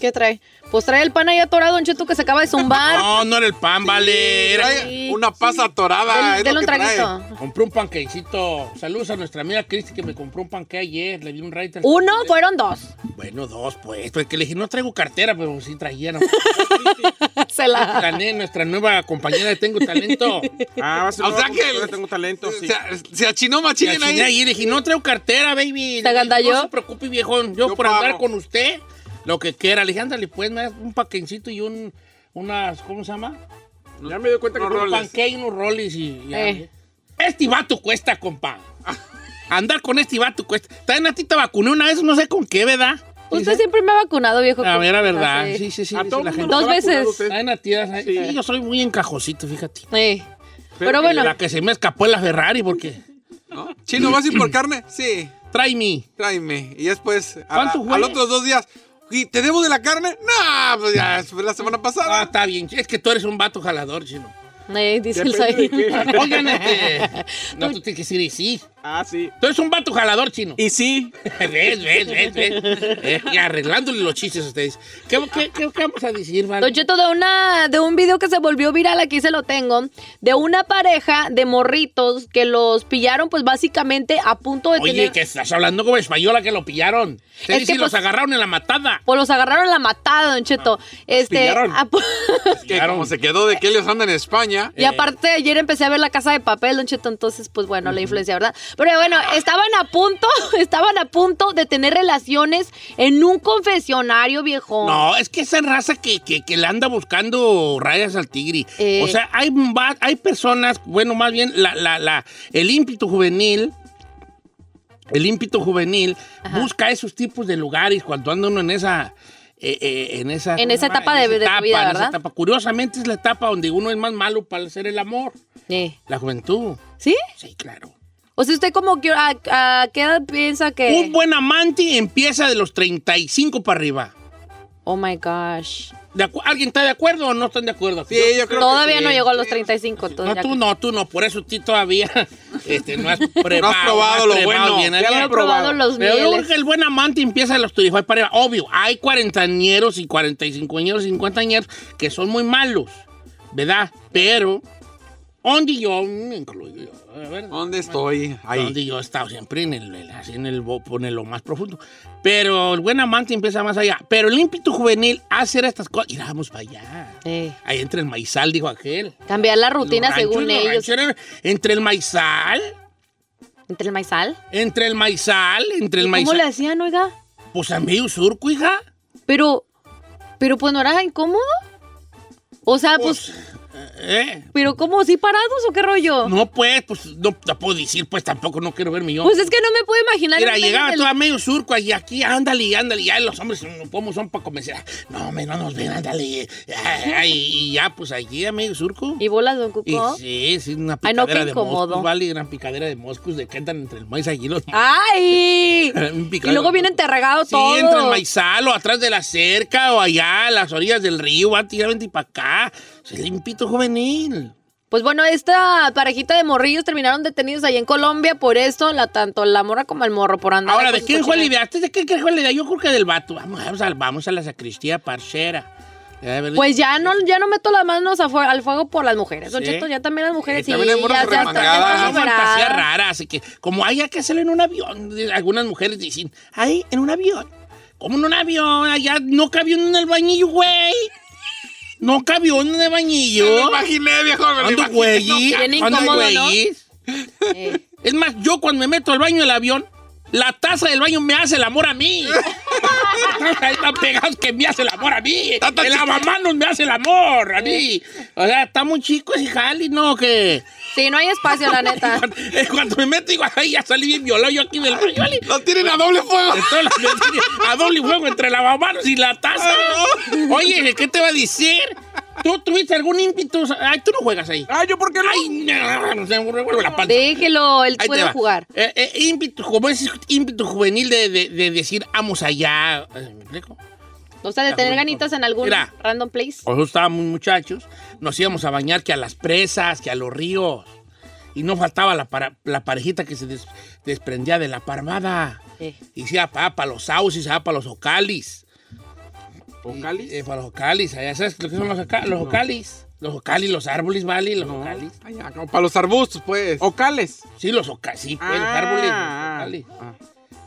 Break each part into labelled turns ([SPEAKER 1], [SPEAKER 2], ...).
[SPEAKER 1] ¿Qué trae? Pues trae el pan ahí atorado, Don Cheto, que se acaba de zumbar.
[SPEAKER 2] No, no era el pan, vale. Era
[SPEAKER 1] Sí,
[SPEAKER 3] Una pasa atorada.
[SPEAKER 1] Del-
[SPEAKER 3] es lo
[SPEAKER 1] del
[SPEAKER 3] que trae.
[SPEAKER 1] traguito.
[SPEAKER 2] Compré un panquecito. Saludos a nuestra amiga Cristi que me compró un panque ayer. Le di un raite.
[SPEAKER 1] Uno, fueron dos.
[SPEAKER 2] Bueno, dos, pues. Porque le dije, no traigo cartera, pero sí traía. ¿no?
[SPEAKER 1] Se la...
[SPEAKER 2] Gané nuestra nueva compañera de Tengo Talento.
[SPEAKER 4] Ah, va a ser
[SPEAKER 3] O sea
[SPEAKER 4] nuevo,
[SPEAKER 3] que-
[SPEAKER 4] yo tengo talento, sí.
[SPEAKER 3] Se, se achinó
[SPEAKER 2] Y
[SPEAKER 3] machín
[SPEAKER 2] al
[SPEAKER 3] ahí.
[SPEAKER 2] ahí le dije, no traigo cartera, baby.
[SPEAKER 1] ¿Te agandalló?
[SPEAKER 2] No se preocupe, viejón. Yo,
[SPEAKER 3] Yo
[SPEAKER 2] por
[SPEAKER 3] pago.
[SPEAKER 2] andar con usted, lo que quiera. Le dije, ándale, pues, me das un paquencito y un... Unas, ¿cómo se llama?
[SPEAKER 4] Ya me doy cuenta que
[SPEAKER 3] No,
[SPEAKER 4] tengo
[SPEAKER 2] Un
[SPEAKER 3] roles.
[SPEAKER 2] panque y unos roles y... y
[SPEAKER 1] Eh.
[SPEAKER 2] Este vato cuesta, compa. Andar con este vato cuesta. También a ti te vacuné una vez, no sé con qué, ¿verdad?
[SPEAKER 1] Usted siempre me ha vacunado, viejo.
[SPEAKER 2] A ver, la Ah, verdad.
[SPEAKER 1] Sí.
[SPEAKER 2] Sí, sí, sí.
[SPEAKER 4] A
[SPEAKER 2] dice
[SPEAKER 4] todo
[SPEAKER 2] la
[SPEAKER 4] mundo
[SPEAKER 2] gente.
[SPEAKER 1] Dos
[SPEAKER 4] está vacunado
[SPEAKER 1] veces.
[SPEAKER 4] usted.
[SPEAKER 2] Saben a ti, saben-
[SPEAKER 4] Sí.
[SPEAKER 2] Sí, yo soy muy encajosito, fíjate.
[SPEAKER 1] Sí. Pero
[SPEAKER 4] que
[SPEAKER 1] bueno,
[SPEAKER 2] La que se me escapó es la Ferrari porque...
[SPEAKER 3] ¿no? Chino, ¿vas a ir por carne? Sí,
[SPEAKER 2] Trae mi...
[SPEAKER 3] tráeme. Y después, a,
[SPEAKER 2] ¿Cuánto fue?
[SPEAKER 3] a los otros dos días, ¿y te debo de la carne? No, pues ya, fue la semana
[SPEAKER 2] Ah,
[SPEAKER 3] pasada.
[SPEAKER 2] está bien. Es que tú eres un vato jalador, chino.
[SPEAKER 1] eh, dice el
[SPEAKER 4] Depende de
[SPEAKER 1] Said.
[SPEAKER 4] qué.
[SPEAKER 2] Oigan, este. No, tú tienes que decir, y sí.
[SPEAKER 4] Ah, sí.
[SPEAKER 2] Tú eres un vato jalador chino.
[SPEAKER 4] Y sí,
[SPEAKER 2] ves, ves, ves, ves. Eh, y arreglándole los chistes a ustedes. ¿Qué, qué, qué- qué vamos a decir,
[SPEAKER 1] Don
[SPEAKER 2] vale?
[SPEAKER 1] Cheto, de, una, de un video que se volvió viral, aquí se lo tengo, de una pareja de morritos que los pillaron, pues básicamente a punto de
[SPEAKER 2] Oye,
[SPEAKER 1] tener.
[SPEAKER 2] que estás hablando como española que lo pillaron. Sí,
[SPEAKER 1] Es que,
[SPEAKER 2] sí, los
[SPEAKER 1] pues-
[SPEAKER 2] agarraron en la matada.
[SPEAKER 1] Pues los agarraron la matada, Don Cheto. este,
[SPEAKER 4] pillaron.
[SPEAKER 1] a pu-
[SPEAKER 3] Es que como se quedó de que ellos andan en España.
[SPEAKER 2] Eh.
[SPEAKER 1] y aparte, ayer empecé a ver la casa de papel, Don Cheto, entonces, pues bueno, la influencia, ¿verdad? Pero bueno, estaban a punto, estaban a punto de tener relaciones en un confesionario, viejo.
[SPEAKER 2] No, es que esa raza que, que, que le anda buscando rayas al tigre.
[SPEAKER 1] Eh.
[SPEAKER 2] O sea, hay, va- hay personas, bueno, más bien la, la, la, el ímpetu juvenil, el ímpetu juvenil
[SPEAKER 1] Ajá.
[SPEAKER 2] busca esos tipos de lugares cuando anda uno en esa... eh, eh, en esa, ¿cómo
[SPEAKER 1] En
[SPEAKER 2] se
[SPEAKER 1] esa
[SPEAKER 2] llama?
[SPEAKER 1] etapa de- de tu vida,
[SPEAKER 2] en esa
[SPEAKER 1] ¿verdad?
[SPEAKER 2] etapa. Curiosamente es la etapa donde uno es más malo para hacer el amor,
[SPEAKER 1] Eh,
[SPEAKER 2] la juventud.
[SPEAKER 1] ¿Sí?
[SPEAKER 2] Sí, claro.
[SPEAKER 1] O sea, ¿usted como que a, a qué edad piensa que...?
[SPEAKER 2] Un buen amante empieza de los 35 para arriba.
[SPEAKER 1] Oh, my gosh.
[SPEAKER 2] ¿De acu- ¿Alguien está de acuerdo o no están de acuerdo?
[SPEAKER 3] Sí, yo creo
[SPEAKER 1] Todavía
[SPEAKER 3] que
[SPEAKER 1] no
[SPEAKER 3] sí.
[SPEAKER 1] llegó a los 35.
[SPEAKER 2] No,
[SPEAKER 1] entonces ya
[SPEAKER 2] tú
[SPEAKER 1] que-
[SPEAKER 2] no, tú no, por eso ti todavía este, no has probado.
[SPEAKER 3] probado lo bueno.
[SPEAKER 2] bien,
[SPEAKER 4] Ya lo
[SPEAKER 2] bien.
[SPEAKER 4] he
[SPEAKER 1] probado
[SPEAKER 4] probado.
[SPEAKER 1] los
[SPEAKER 2] Pero yo creo
[SPEAKER 1] mieles.
[SPEAKER 2] que el buen amante empieza a los turifos para arriba. Obvio, hay cuarentañeros y cuarentañeros y cincuentañeros que son muy malos, ¿verdad? Pero, donde yo me incluyo, a ver,
[SPEAKER 3] ¿Dónde estoy? Ahí.
[SPEAKER 2] donde yo he estado siempre en el, en- así en el, bo- en lo más profundo. Pero el buen amante empieza más allá. Pero el ímpetu juvenil hacer estas cosas. Y vamos para allá.
[SPEAKER 1] Eh,
[SPEAKER 2] Ahí entra el maizal, dijo aquel.
[SPEAKER 1] cambiar la rutina
[SPEAKER 2] Los ranchos,
[SPEAKER 1] según
[SPEAKER 2] los
[SPEAKER 1] ellos.
[SPEAKER 2] ranchos eran entre el maizal,
[SPEAKER 1] Entre el maizal.
[SPEAKER 2] entre el maizal, entre el
[SPEAKER 1] ¿Y ¿Cómo le
[SPEAKER 2] maizal.
[SPEAKER 1] hacían, oiga?
[SPEAKER 2] Pues a medio surco, hija.
[SPEAKER 1] Pero, pero pues no era incómodo. O sea, pues,
[SPEAKER 2] Pues, eh,
[SPEAKER 1] pero ¿cómo? ¿Sí parados o qué rollo?
[SPEAKER 2] no, pues, pues, no te puedo decir, pues tampoco no quiero verme yo.
[SPEAKER 1] Pues es que no me puedo imaginar.
[SPEAKER 2] Mira,
[SPEAKER 1] en medio
[SPEAKER 2] llegaba
[SPEAKER 1] del-
[SPEAKER 2] todo a medio surco y aquí, ándale, y ándale, ya los hombres como son para convencer. No, hombre, no nos ven, ándale. Ay, ay, y ya, pues allí a medio surco.
[SPEAKER 1] Y bolas, don
[SPEAKER 2] Y
[SPEAKER 1] Cuco.
[SPEAKER 2] sí, sí, una
[SPEAKER 1] Ay, no, qué
[SPEAKER 2] picadera de
[SPEAKER 1] incómodo.
[SPEAKER 2] moscos, vale, una picadera de moscos de que andan entre el maíz allí los
[SPEAKER 1] ¡Ay!
[SPEAKER 2] Un picado.
[SPEAKER 1] y luego viene enterragado
[SPEAKER 2] Sí,
[SPEAKER 1] todo.
[SPEAKER 2] entre el maizal o atrás de la cerca o allá, a las orillas del río, van tirando y para acá. Es el limpito juvenil.
[SPEAKER 1] Pues bueno, esta parejita de morrillos terminaron detenidos ahí en Colombia por esto, la, tanto la morra como el morro, por andar.
[SPEAKER 2] Ahora,
[SPEAKER 1] con
[SPEAKER 2] ¿de
[SPEAKER 1] sus
[SPEAKER 2] quién fue la
[SPEAKER 1] cochinadas.
[SPEAKER 2] idea? ¿Este ¿De qué qué fue la idea? Yo creo que del vato. Vamos, vamos a, vamos a la sacristía parcera. Ya, de verdad.
[SPEAKER 1] Pues ya no, ya no meto las manos a fue- al fuego por las mujeres. Don
[SPEAKER 2] Sí.
[SPEAKER 1] Cheto, ya también las mujeres.
[SPEAKER 3] Sí,
[SPEAKER 1] Sí,
[SPEAKER 3] también hay morras
[SPEAKER 1] ya se- ya están
[SPEAKER 3] remangadas.
[SPEAKER 2] Son
[SPEAKER 1] superadas.
[SPEAKER 2] fantasías raras, así que como hay que hacerlo en un avión, algunas mujeres dicen, ay, en un avión. ¿Cómo en un avión? Allá no cabió en el bañillo, güey. No cabió en el bañillo.
[SPEAKER 3] Me lo imaginé, viejo. Me lo
[SPEAKER 2] Ando
[SPEAKER 3] imaginé.
[SPEAKER 2] güey.
[SPEAKER 1] Bien
[SPEAKER 2] Ando
[SPEAKER 1] incómodo, ¿no?
[SPEAKER 2] güey.
[SPEAKER 1] Eh,
[SPEAKER 2] Es más, yo cuando me meto al baño del avión, la taza del baño me hace el amor a mí. Ahí están pegados que me hace el amor a mí.
[SPEAKER 3] Está tan
[SPEAKER 2] El
[SPEAKER 3] chiquito.
[SPEAKER 2] lavamanos me hace el amor a mí. O sea, está muy chico ese jali, ¿no? Que
[SPEAKER 1] sí, no hay espacio, la neta.
[SPEAKER 2] cuando, eh, cuando me meto digo, ay, ya salí bien violado yo aquí del baño. vale.
[SPEAKER 3] Lo tienen a doble fuego.
[SPEAKER 2] Entonces, la- me tiene a doble juego entre lavamanos y la taza. Oye, ¿qué te va a decir? ¿Tú tuviste algún ímpetu? Ay, tú no juegas ahí.
[SPEAKER 4] Ah, ¿yo por qué no?
[SPEAKER 2] Ay, no, no, se me revuelve la panza.
[SPEAKER 1] Déjelo, él
[SPEAKER 2] Ahí te
[SPEAKER 1] puede
[SPEAKER 2] va.
[SPEAKER 1] jugar.
[SPEAKER 2] Eh, eh, ímpetu, como ese ímpetu juvenil de, de- de decir, vamos allá. Eh, ¿Me explico?
[SPEAKER 1] O sea, de
[SPEAKER 2] La
[SPEAKER 1] tener
[SPEAKER 2] juventud.
[SPEAKER 1] ganitas en algún
[SPEAKER 2] Mira.
[SPEAKER 1] random place.
[SPEAKER 2] Nosotros estábamos muchachos, nos íbamos a bañar que a las presas, que a los ríos. Y no faltaba la, para- la parejita que se des- desprendía de la parvada. "Ah,
[SPEAKER 1] Sí.
[SPEAKER 2] Y se iba para, los sauces, se iba para los ocalis.
[SPEAKER 4] ¿Ocalis?
[SPEAKER 2] Y- eh, para los ocalis, allá sabes lo que son los, oca- los ocalis. Los ocalis, los árboles, ¿vale? Los
[SPEAKER 4] No.
[SPEAKER 2] ocalis.
[SPEAKER 3] Ay, acá, para los arbustos, pues.
[SPEAKER 4] Ocales.
[SPEAKER 2] Sí, los ocalis, sí, pues, los
[SPEAKER 4] Ah.
[SPEAKER 2] árboles, los ocalis.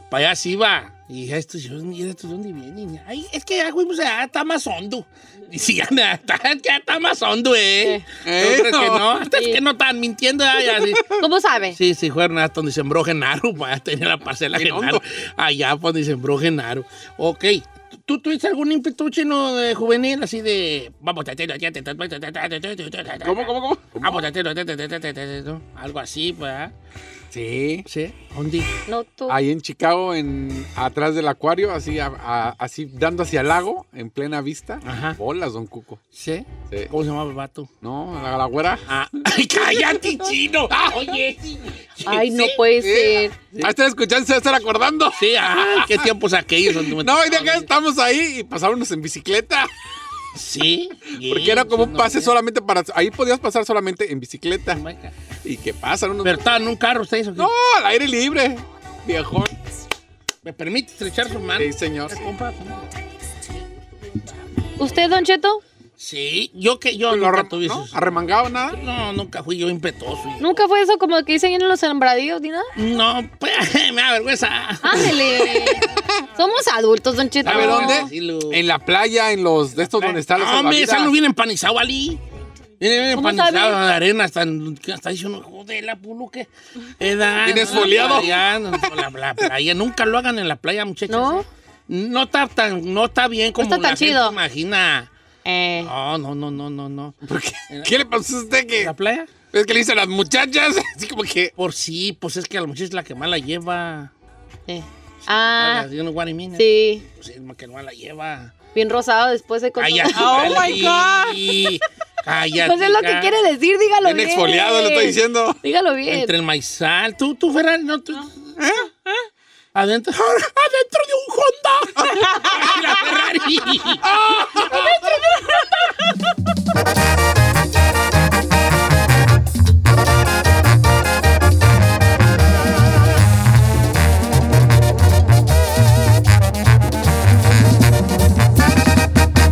[SPEAKER 2] Para allá sí va. Y dije, estos, yo, mira, estos dónde vienen. Ay, es que ya, güey, pues ya está más hondo. Y sí, ya, me- está, ya está más hondo, ¿eh?
[SPEAKER 3] Eh.
[SPEAKER 2] ¿Tú crees que no? Hasta
[SPEAKER 1] Sí.
[SPEAKER 2] Es que no están mintiendo. Ya, Ah, ya, sí.
[SPEAKER 1] ¿Cómo sabe?
[SPEAKER 2] Sí, sí, fueron hasta donde sembró Genaro, para tener la parcela
[SPEAKER 3] Bien
[SPEAKER 2] Genaro.
[SPEAKER 3] hondo.
[SPEAKER 2] Allá fue donde sembró Genaro. Ok. ¿Tú tuviste algún ímpetu chino de juvenil así de. Vamos, tatero, ya te-
[SPEAKER 4] ¿Cómo, cómo, cómo?
[SPEAKER 2] Vamos, tatero, te- te- te- te- te- te- te- Algo así, pues, ¿ah? ¿verdad?
[SPEAKER 3] Sí.
[SPEAKER 2] Sí. ¿Dónde?
[SPEAKER 1] No, tú.
[SPEAKER 3] Ahí en Chicago, en, atrás del acuario, así, a- a- así dando hacia el lago, en plena vista.
[SPEAKER 2] Ajá.
[SPEAKER 3] Bolas, don Cuco.
[SPEAKER 2] Sí.
[SPEAKER 3] Sí.
[SPEAKER 2] ¿Cómo se llamaba el vato?
[SPEAKER 3] No, la, la güera.
[SPEAKER 2] Ah, ¡Ay, cállate, chino! Ah, Oye, sí.
[SPEAKER 1] Ay, no
[SPEAKER 2] Sí.
[SPEAKER 1] puede
[SPEAKER 3] Eh,
[SPEAKER 1] ser.
[SPEAKER 3] Ahí está escuchando, se va a estar acordando.
[SPEAKER 2] Sí, ah, qué tiempos aquellos donde me-
[SPEAKER 3] No, y de acá estamos ahí y pasábamos en bicicleta.
[SPEAKER 2] Sí.
[SPEAKER 3] Porque era como un pase
[SPEAKER 2] solo.
[SPEAKER 3] solamente para. Ahí podías pasar solamente en bicicleta. ¿Y qué pasa? Unos-
[SPEAKER 2] Pero estaba en un carro ustedes o qué?
[SPEAKER 3] No, al aire libre. Viejón.
[SPEAKER 2] ¿Me permite estrechar su mano?
[SPEAKER 3] Sí, señor.
[SPEAKER 2] Compa,
[SPEAKER 1] ¿Usted, Don Cheto?
[SPEAKER 2] Sí, yo que yo
[SPEAKER 3] Pues Lo
[SPEAKER 2] nunca
[SPEAKER 3] arre-
[SPEAKER 2] tuve
[SPEAKER 3] ¿no?
[SPEAKER 2] esos-
[SPEAKER 3] ¿Arremangado nada?
[SPEAKER 2] No, nunca fui yo impetuoso. hijo.
[SPEAKER 1] ¿Nunca fue eso como que dicen en los sembradíos ni nada?
[SPEAKER 2] No, pues, me da vergüenza.
[SPEAKER 1] Ándele. Somos adultos, Don Cheto.
[SPEAKER 3] ¿Sabe
[SPEAKER 2] No,
[SPEAKER 3] dónde?
[SPEAKER 2] sí, lo-
[SPEAKER 3] En la playa, en los de estos donde está la
[SPEAKER 2] No, me
[SPEAKER 3] salvavidas.
[SPEAKER 2] salen bien empanizado, Ali. Viene bien
[SPEAKER 1] ¿Cómo
[SPEAKER 2] empanizado
[SPEAKER 1] sabe?
[SPEAKER 2] la arena. Hasta, hasta dice uno, joder, la pulo que. Edad.
[SPEAKER 3] Bien esfoliado.
[SPEAKER 2] Ya, no, no, la, la playa. Nunca lo hagan en la playa, muchachos. ¿eh?
[SPEAKER 1] ¿No?
[SPEAKER 2] No está, tan, no está bien como
[SPEAKER 1] está
[SPEAKER 2] la
[SPEAKER 1] tan chido.
[SPEAKER 2] gente imagina.
[SPEAKER 1] Eh,
[SPEAKER 2] No, no, no, no, no, no.
[SPEAKER 3] ¿Por qué? ¿Qué le pasó a usted que
[SPEAKER 2] ¿La playa?
[SPEAKER 3] es que le dicen las muchachas? Así como que
[SPEAKER 2] Por sí, pues es que a lo mejor es la que más la lleva.
[SPEAKER 1] eh. Ah,
[SPEAKER 2] You know what I mean?
[SPEAKER 1] sí.
[SPEAKER 2] Pues es la que más la lleva.
[SPEAKER 1] Bien rosado después de
[SPEAKER 2] Cállate.
[SPEAKER 4] Oh,
[SPEAKER 1] Ah,
[SPEAKER 4] my
[SPEAKER 2] Vali. Cállate.
[SPEAKER 1] Pues es lo que
[SPEAKER 2] ya.
[SPEAKER 1] quiere decir, dígalo
[SPEAKER 3] bien
[SPEAKER 1] bien.
[SPEAKER 3] exfoliado, le estoy diciendo.
[SPEAKER 1] Dígalo bien.
[SPEAKER 2] Entre el maizal. Tú, tú, Ferran, no, tú. ¿Eh? Adentro, adentro de un Honda. Ay, la Ferrari.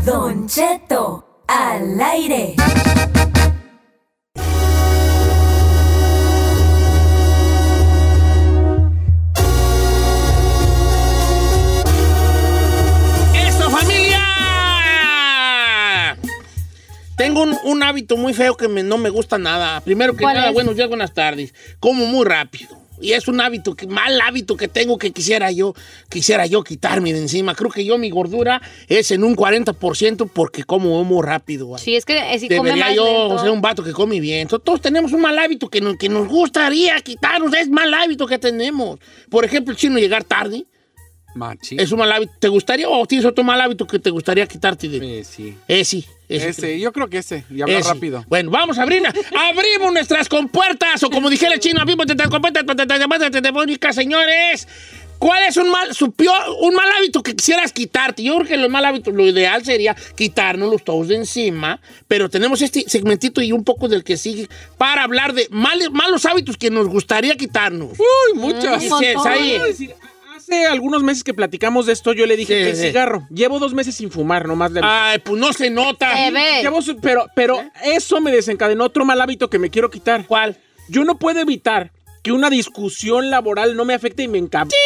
[SPEAKER 5] Don Cheto, al aire.
[SPEAKER 2] ¡Eso, familia! Tengo un, un hábito muy feo que me- no me gusta nada. Primero que
[SPEAKER 1] ¿Cuál
[SPEAKER 2] nada,
[SPEAKER 1] es?
[SPEAKER 2] buenos días, buenas tardes. Como muy rápido. Y es un hábito, que, mal hábito que tengo que quisiera yo, quisiera yo quitarme de encima. Creo que yo mi gordura es en un 40% porque como muy rápido.
[SPEAKER 1] Sí, es que eh, si come
[SPEAKER 2] Debería
[SPEAKER 1] más
[SPEAKER 2] yo
[SPEAKER 1] lento.
[SPEAKER 2] ser un vato que come bien. Entonces, todos tenemos un mal hábito que nos, que nos gustaría quitarnos. Es mal hábito que tenemos. Por ejemplo, el chino llegar tarde.
[SPEAKER 3] Machín.
[SPEAKER 2] Es un mal hábito. ¿Te gustaría o tienes otro mal hábito que te gustaría quitarte de?
[SPEAKER 3] Eh, sí.
[SPEAKER 2] Ese, ese.
[SPEAKER 3] Ese, yo creo que ese. Y habla
[SPEAKER 2] ese.
[SPEAKER 3] rápido.
[SPEAKER 2] Bueno, vamos, Sabrina. Abrimos nuestras compuertas. O como dijera el chino, abrimos nuestras compuertas compuertas telefónicas, señores. ¿Cuál es un mal, su peor, un mal hábito que quisieras quitarte? Yo creo que los mal hábitos, lo ideal sería quitarnos los todos de encima, pero tenemos este segmentito y un poco del que sigue para hablar de males- malos hábitos que nos gustaría quitarnos.
[SPEAKER 3] Uy, muchas.
[SPEAKER 1] Mm. montón.
[SPEAKER 2] Dices, ahí.
[SPEAKER 4] Quiero decir, Hace algunos meses que platicamos de esto, yo le dije
[SPEAKER 2] Sí,
[SPEAKER 4] que el
[SPEAKER 2] sí.
[SPEAKER 4] cigarro. Llevo dos meses sin fumar, nomás le
[SPEAKER 2] Ay, pues no se nota.
[SPEAKER 1] Eh, ve.
[SPEAKER 4] Llevo su- pero, pero eso me desencadenó otro mal hábito que me quiero quitar.
[SPEAKER 2] ¿Cuál?
[SPEAKER 4] Yo no puedo evitar que una discusión laboral no me afecte y me encanta. Sí,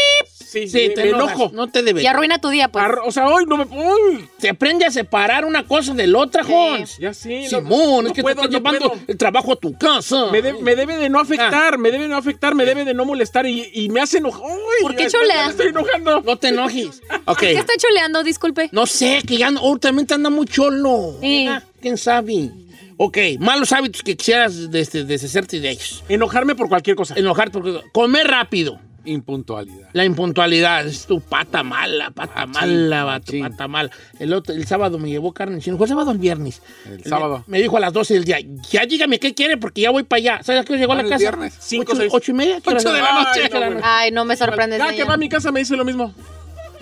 [SPEAKER 2] Sí,
[SPEAKER 4] me,
[SPEAKER 2] te
[SPEAKER 4] me
[SPEAKER 2] enojas,
[SPEAKER 4] enojo.
[SPEAKER 2] No te debes.
[SPEAKER 1] Y arruina tu día, pues.
[SPEAKER 4] Arro- o sea, hoy no me. uy,
[SPEAKER 2] se aprende a separar una cosa del otra, Jones.
[SPEAKER 4] ya sí. no-
[SPEAKER 2] Simón,
[SPEAKER 4] no
[SPEAKER 2] es que
[SPEAKER 4] puedo,
[SPEAKER 2] te estás
[SPEAKER 4] no
[SPEAKER 2] llevando
[SPEAKER 4] puedo.
[SPEAKER 2] el trabajo a tu casa. Ah.
[SPEAKER 4] Me, de- me debe de no afectar, me debe de no afectar, me debe de no molestar y, y me hace enojar. Uy,
[SPEAKER 1] ¿Por qué
[SPEAKER 4] ya- ya
[SPEAKER 1] chulea?
[SPEAKER 4] Me estoy enojando.
[SPEAKER 2] No te enojes. Ok.
[SPEAKER 1] ¿Qué está chuleando? Disculpe.
[SPEAKER 2] No sé, que ya no, últimamente anda muy cholo.
[SPEAKER 1] Sí.
[SPEAKER 2] Ah, ¿Quién sabe? Ok, malos hábitos que quisieras des- deshacerte de ellos.
[SPEAKER 4] Enojarme por cualquier cosa.
[SPEAKER 2] Enojarte porque comer rápido.
[SPEAKER 3] Impuntualidad.
[SPEAKER 2] La impuntualidad es tu pata mala,
[SPEAKER 4] Ah,
[SPEAKER 2] pata
[SPEAKER 3] Machín,
[SPEAKER 2] mala, va, tu
[SPEAKER 3] machín.
[SPEAKER 2] pata mala. El, otro- el sábado me llevó carne chino. ¿Fue el sábado o el viernes?
[SPEAKER 3] El
[SPEAKER 2] Me-
[SPEAKER 3] sábado.
[SPEAKER 2] Me dijo a las 12 del día, ya dígame qué quiere porque ya voy para allá. ¿Sabes a qué hora llegó a la
[SPEAKER 3] ¿Cuál
[SPEAKER 2] casa?
[SPEAKER 3] es viernes?
[SPEAKER 4] Ah, Cinco,
[SPEAKER 2] ocho,
[SPEAKER 4] seis.
[SPEAKER 2] ocho y media. ¿qué hora
[SPEAKER 3] Ocho de
[SPEAKER 2] era?
[SPEAKER 3] la noche.
[SPEAKER 2] Ay, no, bueno.
[SPEAKER 1] Ay, no me sorprendes.
[SPEAKER 4] Ya que
[SPEAKER 1] señor.
[SPEAKER 4] va a mi casa me dice lo mismo.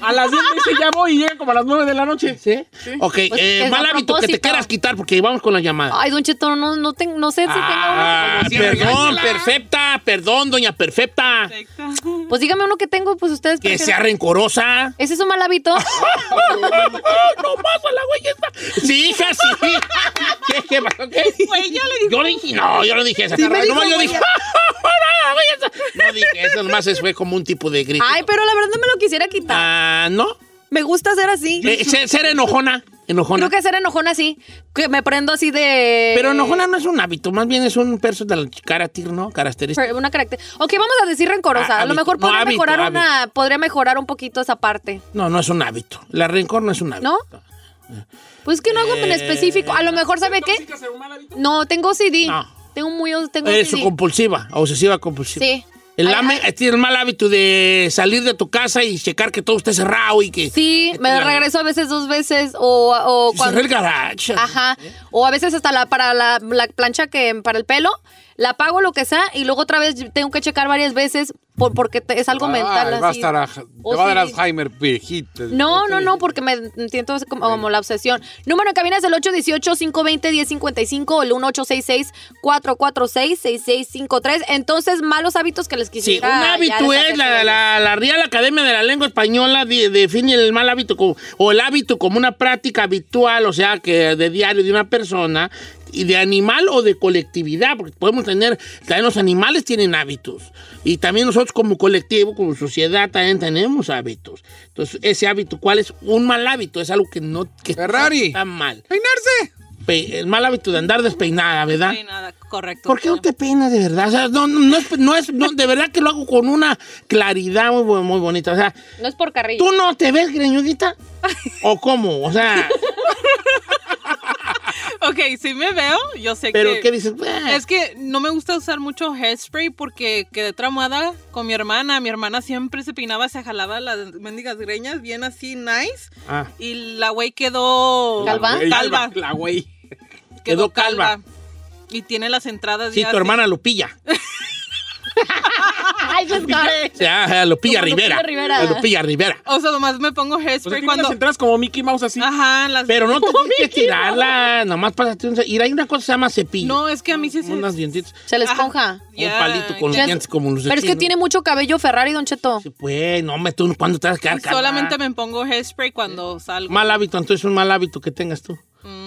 [SPEAKER 4] A las 10 dice ya voy y llega como a las 9 de la noche.
[SPEAKER 2] ¿Sí? Ok, eh,
[SPEAKER 1] Pues, es
[SPEAKER 2] mal
[SPEAKER 1] a
[SPEAKER 2] hábito que te
[SPEAKER 1] propósito.
[SPEAKER 2] quieras quitar porque vamos con la llamada.
[SPEAKER 1] Ay, Don Cheto, no, no, ten- no sé si
[SPEAKER 2] Ah,
[SPEAKER 1] tenga uno.
[SPEAKER 2] perdón, perfecta, perdón, doña perfecta.
[SPEAKER 1] Pues dígame uno que tengo, pues ustedes.
[SPEAKER 2] Que
[SPEAKER 1] prefieren.
[SPEAKER 2] sea rencorosa.
[SPEAKER 1] ¿Ese es un mal hábito?
[SPEAKER 2] no más a la güey esta. Sí, hija, sí. ¿Qué, qué pasó? ¿Qué? Yo le dije, no, yo no dije esa.
[SPEAKER 6] Sí me
[SPEAKER 2] no,
[SPEAKER 6] dijo,
[SPEAKER 2] yo
[SPEAKER 6] güey.
[SPEAKER 2] dije, "Ah, güey, esa". no dije eso, nomás es- fue como un tipo de grito.
[SPEAKER 1] Ay, pero la verdad no me lo quisiera quitar.
[SPEAKER 2] Ah, no.
[SPEAKER 6] Me gusta ser así.
[SPEAKER 2] Eh, ser, ser enojona, enojona.
[SPEAKER 1] Creo que ser enojona así. Que me prendo así de.
[SPEAKER 2] Pero enojona no es un hábito, más bien es un perso de la carácter, ¿no? Característica.
[SPEAKER 1] Per- Una carácter. Ok, vamos a decir
[SPEAKER 2] Ah,
[SPEAKER 1] rencorosa. a lo
[SPEAKER 2] hábito.
[SPEAKER 1] mejor
[SPEAKER 2] No,
[SPEAKER 1] podría
[SPEAKER 2] hábito,
[SPEAKER 1] mejorar
[SPEAKER 2] hábito.
[SPEAKER 1] una. Podría mejorar un poquito esa parte.
[SPEAKER 2] No, no es un hábito. La rencor no es un hábito. Eh,
[SPEAKER 1] ¿No? Pues es que no hago en específico. A lo mejor, ¿sabe qué? No, tengo CD.
[SPEAKER 2] No.
[SPEAKER 1] Tengo muy. Tengo
[SPEAKER 2] Eso,
[SPEAKER 1] CD.
[SPEAKER 2] compulsiva, obsesiva compulsiva.
[SPEAKER 1] Sí.
[SPEAKER 2] El
[SPEAKER 1] Ay,
[SPEAKER 2] lame eh, tiene el mal hábito de salir de tu casa y checar que todo esté cerrado y que...
[SPEAKER 1] Sí, me
[SPEAKER 2] Claro.
[SPEAKER 1] regreso a veces dos veces o, o
[SPEAKER 2] Cerré el
[SPEAKER 1] cuando...
[SPEAKER 2] garage.
[SPEAKER 1] Ajá. O a veces hasta la para la, la plancha que para el pelo, la apago lo que sea y luego otra vez tengo que checar varias veces por, porque te- es algo
[SPEAKER 3] Ay,
[SPEAKER 1] mental
[SPEAKER 3] va a
[SPEAKER 1] así.
[SPEAKER 3] estar a- te
[SPEAKER 1] O
[SPEAKER 3] va a dar
[SPEAKER 1] sí.
[SPEAKER 3] Alzheimer, viejita.
[SPEAKER 1] No, no, no, porque me siento así como, como la obsesión. Número en cabina es el 818-520-1055 o el 1866-446-6653. Entonces, malos hábitos que les
[SPEAKER 2] Sí, un
[SPEAKER 1] quisiera. ya
[SPEAKER 2] hábito es,
[SPEAKER 1] deshacerse de
[SPEAKER 2] la, la- la Real Academia de la Lengua Española di- define el mal hábito como, o el hábito como una práctica habitual, o sea, que de diario de una persona, y de animal o de colectividad, porque podemos tener, también los animales tienen hábitos, y también nosotros como colectivo, como sociedad, también tenemos hábitos. Entonces, ese hábito, ¿cuál es? Un mal hábito, es algo que no que
[SPEAKER 3] Ferrari.
[SPEAKER 2] está mal.
[SPEAKER 3] ¡Peinarse!
[SPEAKER 2] Pe- El mal hábito de andar despeinada, ¿verdad?
[SPEAKER 7] Sí, nada, correcto.
[SPEAKER 2] ¿Por qué no te peinas de verdad? O sea, no, no, no es, no es- no, de verdad que lo hago con una claridad muy, bu- muy bonita. O sea,
[SPEAKER 1] No es por carrillo.
[SPEAKER 2] ¿tú no te ves greñudita? ¿O cómo? O sea,
[SPEAKER 7] Ok, sí me veo, yo sé
[SPEAKER 2] pero
[SPEAKER 7] que...
[SPEAKER 2] ¿qué dices? Eh,
[SPEAKER 7] Es que no me gusta usar mucho hairspray porque quedé traumada con mi hermana. Mi hermana siempre se peinaba, se jalaba las mendigas greñas bien así, nice.
[SPEAKER 2] ah,
[SPEAKER 7] Y la güey quedó...
[SPEAKER 1] ¿Calva?
[SPEAKER 7] Calva.
[SPEAKER 4] La güey.
[SPEAKER 2] Quedó calva.
[SPEAKER 7] Y tiene las entradas
[SPEAKER 2] sí,
[SPEAKER 7] ya
[SPEAKER 2] tu
[SPEAKER 7] así.
[SPEAKER 2] hermana lo pilla.
[SPEAKER 1] Ay, pues, cabrón.
[SPEAKER 2] O sea, lo pilla
[SPEAKER 1] Como
[SPEAKER 2] Rivera.
[SPEAKER 1] Lupillo Rivera.
[SPEAKER 2] Lo pilla Rivera.
[SPEAKER 7] O sea, nomás me pongo
[SPEAKER 4] Pues
[SPEAKER 7] hairspray
[SPEAKER 4] tiene
[SPEAKER 7] cuando...
[SPEAKER 4] las entradas como Mickey Mouse así.
[SPEAKER 7] Ajá, las...
[SPEAKER 2] Pero no tienes que tirarla, nomás pásate un... Y hay una cosa que se llama cepillo.
[SPEAKER 7] No, es que a mí sí se...
[SPEAKER 2] Unas dientitas,
[SPEAKER 1] Se les
[SPEAKER 7] Ajá.
[SPEAKER 1] esponja.
[SPEAKER 2] un
[SPEAKER 7] Ya,
[SPEAKER 2] palito con los
[SPEAKER 1] ya-
[SPEAKER 2] dientes como los de
[SPEAKER 1] Pero es que
[SPEAKER 2] chino.
[SPEAKER 1] tiene mucho cabello Ferrari, Don Cheto.
[SPEAKER 2] Sí, pues, no, me tú, ¿cuándo te vas a quedar calva?
[SPEAKER 7] Solamente me pongo hairspray cuando salgo.
[SPEAKER 2] Mal hábito, entonces un mal hábito que tengas tú.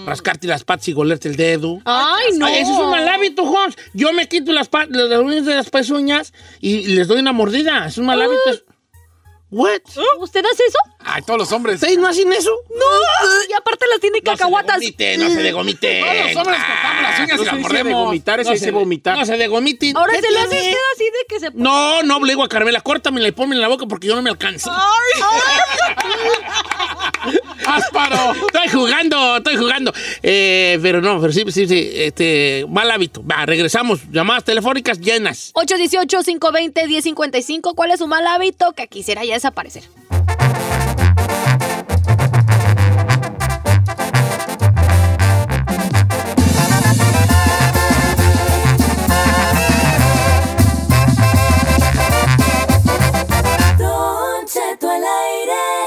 [SPEAKER 2] Rascarte las patas y golerte el dedo.
[SPEAKER 1] Mm. Ay, no.
[SPEAKER 2] Ay, ese es un mal hábito, Jones. Yo me quito las, pa- las uñas de las pezuñas y les doy una mordida. Es un mal hábito. ¿What?
[SPEAKER 1] Ah. ¿Usted hace eso?
[SPEAKER 3] Ay, todos los hombres.
[SPEAKER 2] ¿Ustedes no hacen eso?
[SPEAKER 1] No. Y aparte las tiene cacahuatas.
[SPEAKER 2] No se degomite, no se degomite.
[SPEAKER 3] Todos los hombres cortamos las uñas
[SPEAKER 4] no
[SPEAKER 3] y las
[SPEAKER 4] se dice
[SPEAKER 3] mordemos.
[SPEAKER 4] de vomitar, ese
[SPEAKER 2] No
[SPEAKER 4] dice
[SPEAKER 2] se-
[SPEAKER 4] vomitar.
[SPEAKER 2] No se degomite.
[SPEAKER 1] Ahora
[SPEAKER 2] ¿Qué
[SPEAKER 1] se le hace
[SPEAKER 2] tiene?
[SPEAKER 1] usted así de que se.
[SPEAKER 2] No, no, le digo a Carmela, córtamela y ponme en la boca porque yo no me alcanzo.
[SPEAKER 3] ¡Ásparo!
[SPEAKER 2] Estoy jugando, estoy jugando. Eh, pero no, pero sí, sí, sí. Este, mal hábito. Va, regresamos. Llamadas telefónicas llenas.
[SPEAKER 1] 818-520-1055. ¿Cuál es su mal hábito que quisiera ya desaparecer?
[SPEAKER 5] Don Cheto al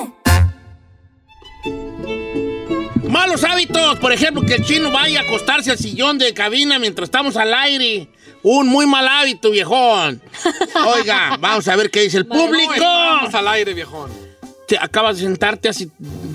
[SPEAKER 5] aire.
[SPEAKER 2] Malos hábitos, por ejemplo, que el chino vaya a acostarse al sillón de cabina mientras estamos al aire. Un muy mal hábito, viejón. Oiga, vamos a ver qué dice el público.
[SPEAKER 3] Vamos al aire, viejón.
[SPEAKER 2] Te acabas de sentarte hace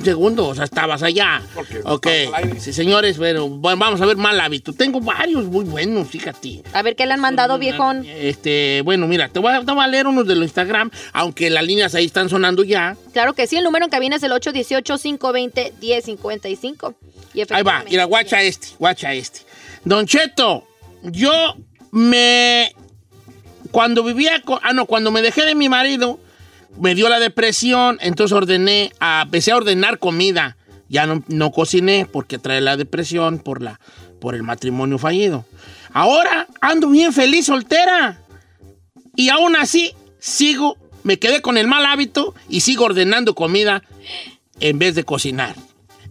[SPEAKER 2] segundos, o sea, estabas allá.
[SPEAKER 3] Porque
[SPEAKER 2] Ok.
[SPEAKER 3] estamos al aire.
[SPEAKER 2] Sí, señores, bueno, bueno, vamos a ver mal hábito. Tengo varios muy buenos, fíjate.
[SPEAKER 1] A ver qué
[SPEAKER 2] Pues
[SPEAKER 1] le han mandado, viejón.
[SPEAKER 2] Este, bueno, mira, te voy a, te voy a leer unos de los Instagram, aunque las líneas ahí están sonando ya.
[SPEAKER 1] Claro que sí, el número en cabina es el 818-520-1055. Y
[SPEAKER 2] Ahí va,
[SPEAKER 1] efectivamente-
[SPEAKER 2] mira, guacha este, guacha este. Don Cheto, yo me... Cuando vivía con... Ah, no, cuando me dejé de mi marido, me dio la depresión, entonces ordené, ah, empecé a ordenar comida. Ya no, no cociné porque trae la depresión por, la, por el matrimonio fallido. Ahora ando bien feliz soltera. Y aún así, sigo, me quedé con el mal hábito y sigo ordenando comida en vez de cocinar.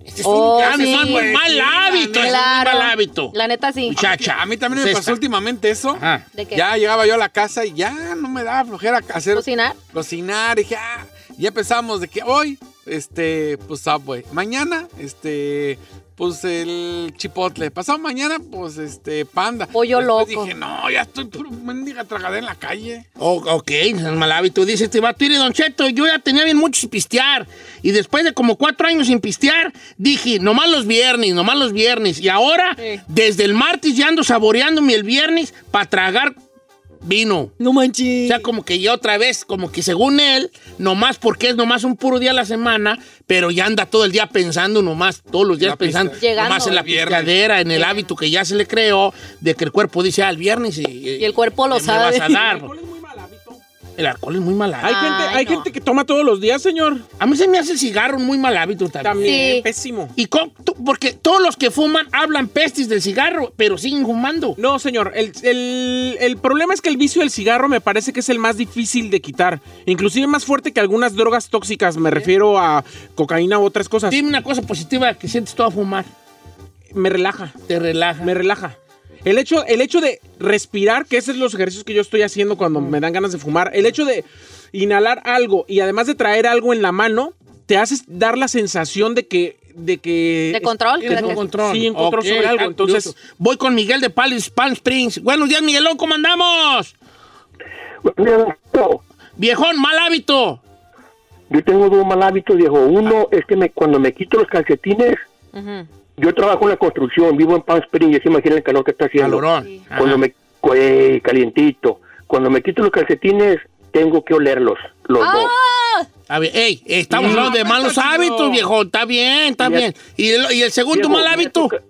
[SPEAKER 2] Este es un
[SPEAKER 1] Oh,
[SPEAKER 2] gran
[SPEAKER 1] sí.
[SPEAKER 2] mal- mal,
[SPEAKER 3] Sí,
[SPEAKER 2] hábito, es
[SPEAKER 1] Claro.
[SPEAKER 2] un mal hábito.
[SPEAKER 1] La neta sí.
[SPEAKER 2] Muchacha.
[SPEAKER 3] A mí también me
[SPEAKER 2] es
[SPEAKER 3] pasó
[SPEAKER 2] Pues esta.
[SPEAKER 3] últimamente eso.
[SPEAKER 2] Ajá.
[SPEAKER 1] ¿De qué?
[SPEAKER 3] Ya llegaba yo a la casa y ya no me daba flojera hacer
[SPEAKER 1] ¿Cocinar?
[SPEAKER 3] cocinar. Dije, ah, Ya empezamos de que hoy, este, pues Subway. Mañana, este, pues el Chipotle. Pasado mañana, pues este, Panda.
[SPEAKER 1] Pollo
[SPEAKER 3] Después
[SPEAKER 1] loco.
[SPEAKER 3] dije, no, ya estoy puro mendiga tragadera en la calle.
[SPEAKER 2] O- Oh, ok, es mal hábito. Dice este vato, mire, Don Cheto, yo ya tenía bien mucho sin pistear. Y después de como cuatro años sin pistear, dije, nomás los viernes, nomás los viernes. Y ahora,
[SPEAKER 7] Sí.
[SPEAKER 2] desde el martes ya ando saboreándome el viernes para tragar vino.
[SPEAKER 1] No
[SPEAKER 2] O
[SPEAKER 1] manches.
[SPEAKER 2] sea, como que ya otra vez, como que según él, nomás porque es nomás un puro día a la semana, pero ya anda todo el día pensando nomás, todos los días
[SPEAKER 3] La pista.
[SPEAKER 2] pensando,
[SPEAKER 1] Llegando.
[SPEAKER 2] nomás en la
[SPEAKER 3] Viernes.
[SPEAKER 2] pisteadera, en el hábito que ya se le creó, de que el cuerpo dice, ah, el viernes y...
[SPEAKER 1] Y el cuerpo lo
[SPEAKER 2] me
[SPEAKER 1] sabe.
[SPEAKER 2] vas a dar.
[SPEAKER 4] es muy mal hábito.
[SPEAKER 2] El alcohol es muy mal hábito.
[SPEAKER 4] Hay, gente, hay
[SPEAKER 1] no.
[SPEAKER 4] gente que toma todos los días, señor.
[SPEAKER 2] A mí se me hace el cigarro un muy mal hábito también.
[SPEAKER 4] También,
[SPEAKER 1] Sí.
[SPEAKER 4] pésimo.
[SPEAKER 2] Y con- tú- porque todos los que fuman hablan pestis del cigarro, pero siguen fumando.
[SPEAKER 4] No, señor, el, el- el problema es que el vicio del cigarro me parece que es el más difícil de quitar. Inclusive más fuerte que algunas drogas tóxicas, me refiero a cocaína u otras cosas.
[SPEAKER 2] Dime una cosa positiva que sientes todo a fumar.
[SPEAKER 4] Me relaja.
[SPEAKER 2] Te relaja.
[SPEAKER 4] me relaja. El hecho, el hecho de respirar, que esos son los ejercicios que yo estoy haciendo cuando
[SPEAKER 2] Mm.
[SPEAKER 4] me dan ganas de fumar, el hecho de inhalar algo y además de traer algo en la mano, te hace dar la sensación de que... De, que
[SPEAKER 1] De control,
[SPEAKER 4] Sí,
[SPEAKER 2] Tienes
[SPEAKER 1] Gracias.
[SPEAKER 2] un control.
[SPEAKER 4] Sí, un control
[SPEAKER 2] Ok,
[SPEAKER 4] sobre algo.
[SPEAKER 2] está
[SPEAKER 4] Entonces,
[SPEAKER 2] curioso. voy con Miguel de Palis, Palm Springs. Buenos días, Miguelón, ¿cómo andamos? Viejón, mal hábito.
[SPEAKER 6] Yo tengo dos mal hábitos, viejo. Uno es que me, cuando me quito los calcetines,
[SPEAKER 1] Ujú.
[SPEAKER 6] yo trabajo en la construcción, vivo en Palm Springs, ya se imagina el calor que está haciendo.
[SPEAKER 2] Calorón. Ajá.
[SPEAKER 6] Cuando me, cu- eh, calientito. Cuando me quito los calcetines, tengo que olerlos, los dos.
[SPEAKER 1] ¡Ah!
[SPEAKER 2] A ver, ey, estamos
[SPEAKER 4] Mm.
[SPEAKER 2] Ah, hablando de malos
[SPEAKER 4] Está chido.
[SPEAKER 2] hábitos, viejo. Está bien, está
[SPEAKER 6] Ya.
[SPEAKER 2] bien. ¿Y el, y el segundo
[SPEAKER 6] Viejo,
[SPEAKER 2] mal
[SPEAKER 6] me ha
[SPEAKER 2] hábito?
[SPEAKER 6] toca-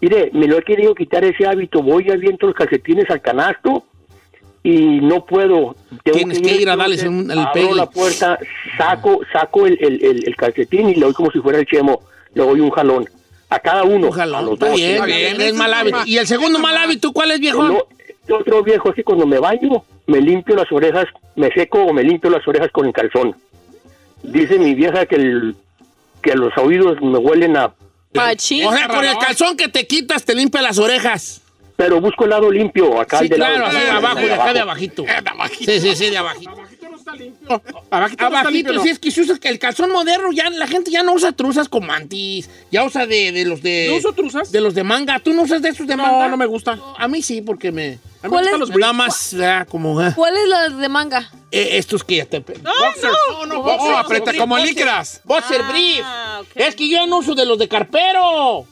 [SPEAKER 6] Mire, me lo he querido quitar ese hábito. Voy y aviento los calcetines al canasto y no puedo. Tengo
[SPEAKER 2] Tienes que ir a
[SPEAKER 6] al
[SPEAKER 2] darles
[SPEAKER 6] closet,
[SPEAKER 2] un- el
[SPEAKER 6] abro
[SPEAKER 2] pegue.
[SPEAKER 6] la puerta, saco, saco el, el, el- el calcetín y le doy como si fuera el chemo. Le doy un jalón. A cada uno.
[SPEAKER 2] Ojalá.
[SPEAKER 6] a los
[SPEAKER 2] Está
[SPEAKER 6] dos.
[SPEAKER 2] bien,
[SPEAKER 3] está
[SPEAKER 2] bien,
[SPEAKER 3] bien,
[SPEAKER 2] es mal
[SPEAKER 3] está
[SPEAKER 2] hábito.
[SPEAKER 3] mal.
[SPEAKER 2] ¿Y el segundo mal hábito cuál es,
[SPEAKER 6] El
[SPEAKER 2] viejón?
[SPEAKER 6] o- el otro viejo es que cuando me baño, me limpio las orejas, me seco o me limpio las orejas con el calzón. Dice mi vieja que, el, que los oídos me huelen a...
[SPEAKER 1] Machín.
[SPEAKER 2] O sea, con el calzón que te quitas te limpia las orejas.
[SPEAKER 6] Pero busco el lado limpio, acá
[SPEAKER 2] Sí,
[SPEAKER 6] el de
[SPEAKER 2] claro,
[SPEAKER 6] lado,
[SPEAKER 2] así de
[SPEAKER 6] el
[SPEAKER 2] abajo, de acá de
[SPEAKER 6] abajo.
[SPEAKER 2] abajito. Sí, sí, sí, de abajito.
[SPEAKER 4] abajito, no está
[SPEAKER 2] Abajito,
[SPEAKER 4] limpio,
[SPEAKER 2] si es que se usa el calzón moderno, ya la gente ya no usa truzas como antes, ya usa de, de los de...
[SPEAKER 4] ¿Yo uso truzas?
[SPEAKER 2] De los de manga. ¿Tú no usas de esos de
[SPEAKER 4] No,
[SPEAKER 2] manga?
[SPEAKER 4] no me gusta.
[SPEAKER 2] A mí sí, porque me...
[SPEAKER 4] A mí me
[SPEAKER 1] ¿Cuál
[SPEAKER 4] gustan
[SPEAKER 1] es?
[SPEAKER 4] los
[SPEAKER 2] me da
[SPEAKER 4] brincos.
[SPEAKER 2] más, ah, como... ah,
[SPEAKER 1] ¿Cuál es la de manga?
[SPEAKER 2] eh, estos que ya te...
[SPEAKER 3] Boxers.
[SPEAKER 7] no, no,
[SPEAKER 3] Oh,
[SPEAKER 7] boxers,
[SPEAKER 3] aprieta
[SPEAKER 7] boxers,
[SPEAKER 3] como
[SPEAKER 7] boxers.
[SPEAKER 3] líqueras.
[SPEAKER 2] Boxer
[SPEAKER 7] Ah,
[SPEAKER 2] brief.
[SPEAKER 7] ok.
[SPEAKER 2] Es que yo no uso de los de carpero.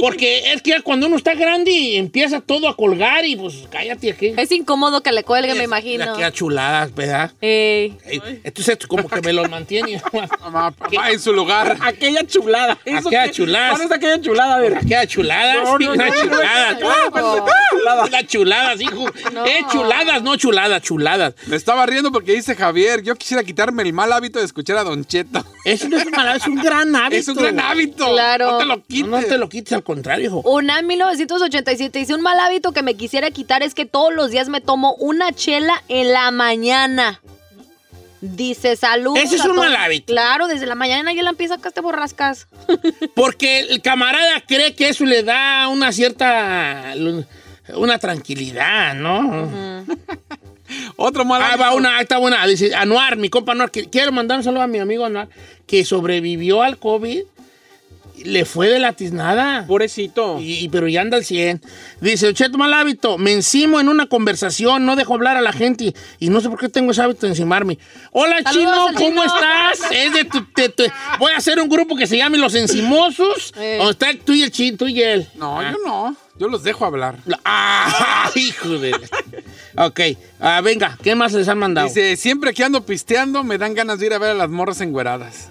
[SPEAKER 2] Porque es que ya cuando uno está grande empieza todo a colgar y pues cállate aquí.
[SPEAKER 1] Es incómodo que le cuelgue, me
[SPEAKER 2] Mira
[SPEAKER 1] imagino.
[SPEAKER 2] qué chuladas, ¿verdad?
[SPEAKER 1] Ey.
[SPEAKER 2] Eh, Entonces esto como que me los mantiene.
[SPEAKER 3] Mamá, papá, en su lugar.
[SPEAKER 4] Aquella chulada. ¿Eso
[SPEAKER 2] Aquella
[SPEAKER 4] qué?
[SPEAKER 2] Ah, chulada. Ah,
[SPEAKER 4] ¿Cuál es aquella chulada? A ver.
[SPEAKER 2] Queda chuladas,
[SPEAKER 4] No,
[SPEAKER 2] sí,
[SPEAKER 4] no,
[SPEAKER 2] una
[SPEAKER 4] no, no,
[SPEAKER 2] chulada.
[SPEAKER 3] Ah,
[SPEAKER 4] no, no, no, chulada.
[SPEAKER 2] Las chuladas, hijo.
[SPEAKER 1] No.
[SPEAKER 2] Eh, chuladas, no chuladas, chuladas.
[SPEAKER 3] Me estaba riendo porque dice Javier, yo quisiera quitarme el mal hábito de escuchar a Don Cheto.
[SPEAKER 2] Eso no es un mal hábito, es un gran hábito.
[SPEAKER 3] Es un gran hábito.
[SPEAKER 1] Claro.
[SPEAKER 3] No te lo quites.
[SPEAKER 2] No, no te lo quites, al contrario, hijo.
[SPEAKER 1] Una en 1987 dice, un mal hábito que me quisiera quitar es que todos los días me tomo una chela en la mañana. Dice, salud.
[SPEAKER 2] Ese es un mal hábito.
[SPEAKER 1] Claro, desde la mañana ya la empieza acá te borrascas.
[SPEAKER 2] Porque el camarada cree que eso le da una cierta. una tranquilidad, ¿no?
[SPEAKER 3] Otro mal
[SPEAKER 2] Ah,
[SPEAKER 3] hábito.
[SPEAKER 2] va una, ahí está buena. Dice, Anuar, mi compa Anuar, que quiero mandar un saludo a mi amigo Anuar, que sobrevivió al COVID, le fue de la tiznada.
[SPEAKER 4] Pobrecito.
[SPEAKER 2] Y, y- pero ya anda al 100. Dice, "Don Cheto, mal hábito. Me encimo en una conversación, no dejo hablar a la gente. Y, y no sé por qué tengo ese hábito de encimarme. Hola,
[SPEAKER 1] Saludos al
[SPEAKER 2] chino, ¿cómo
[SPEAKER 1] Chino.
[SPEAKER 2] estás? es de tu, de tu- Voy a hacer un grupo que se llame Los Encimosos.
[SPEAKER 1] Eh.
[SPEAKER 2] Donde está tú y el chino, tú y él.
[SPEAKER 3] No, yo no. Yo los dejo hablar.
[SPEAKER 2] Ah, hijo de... ok, ah, venga, ¿qué más les han mandado?
[SPEAKER 3] Dice, siempre que ando pisteando me dan ganas de ir a ver a las morras engueradas.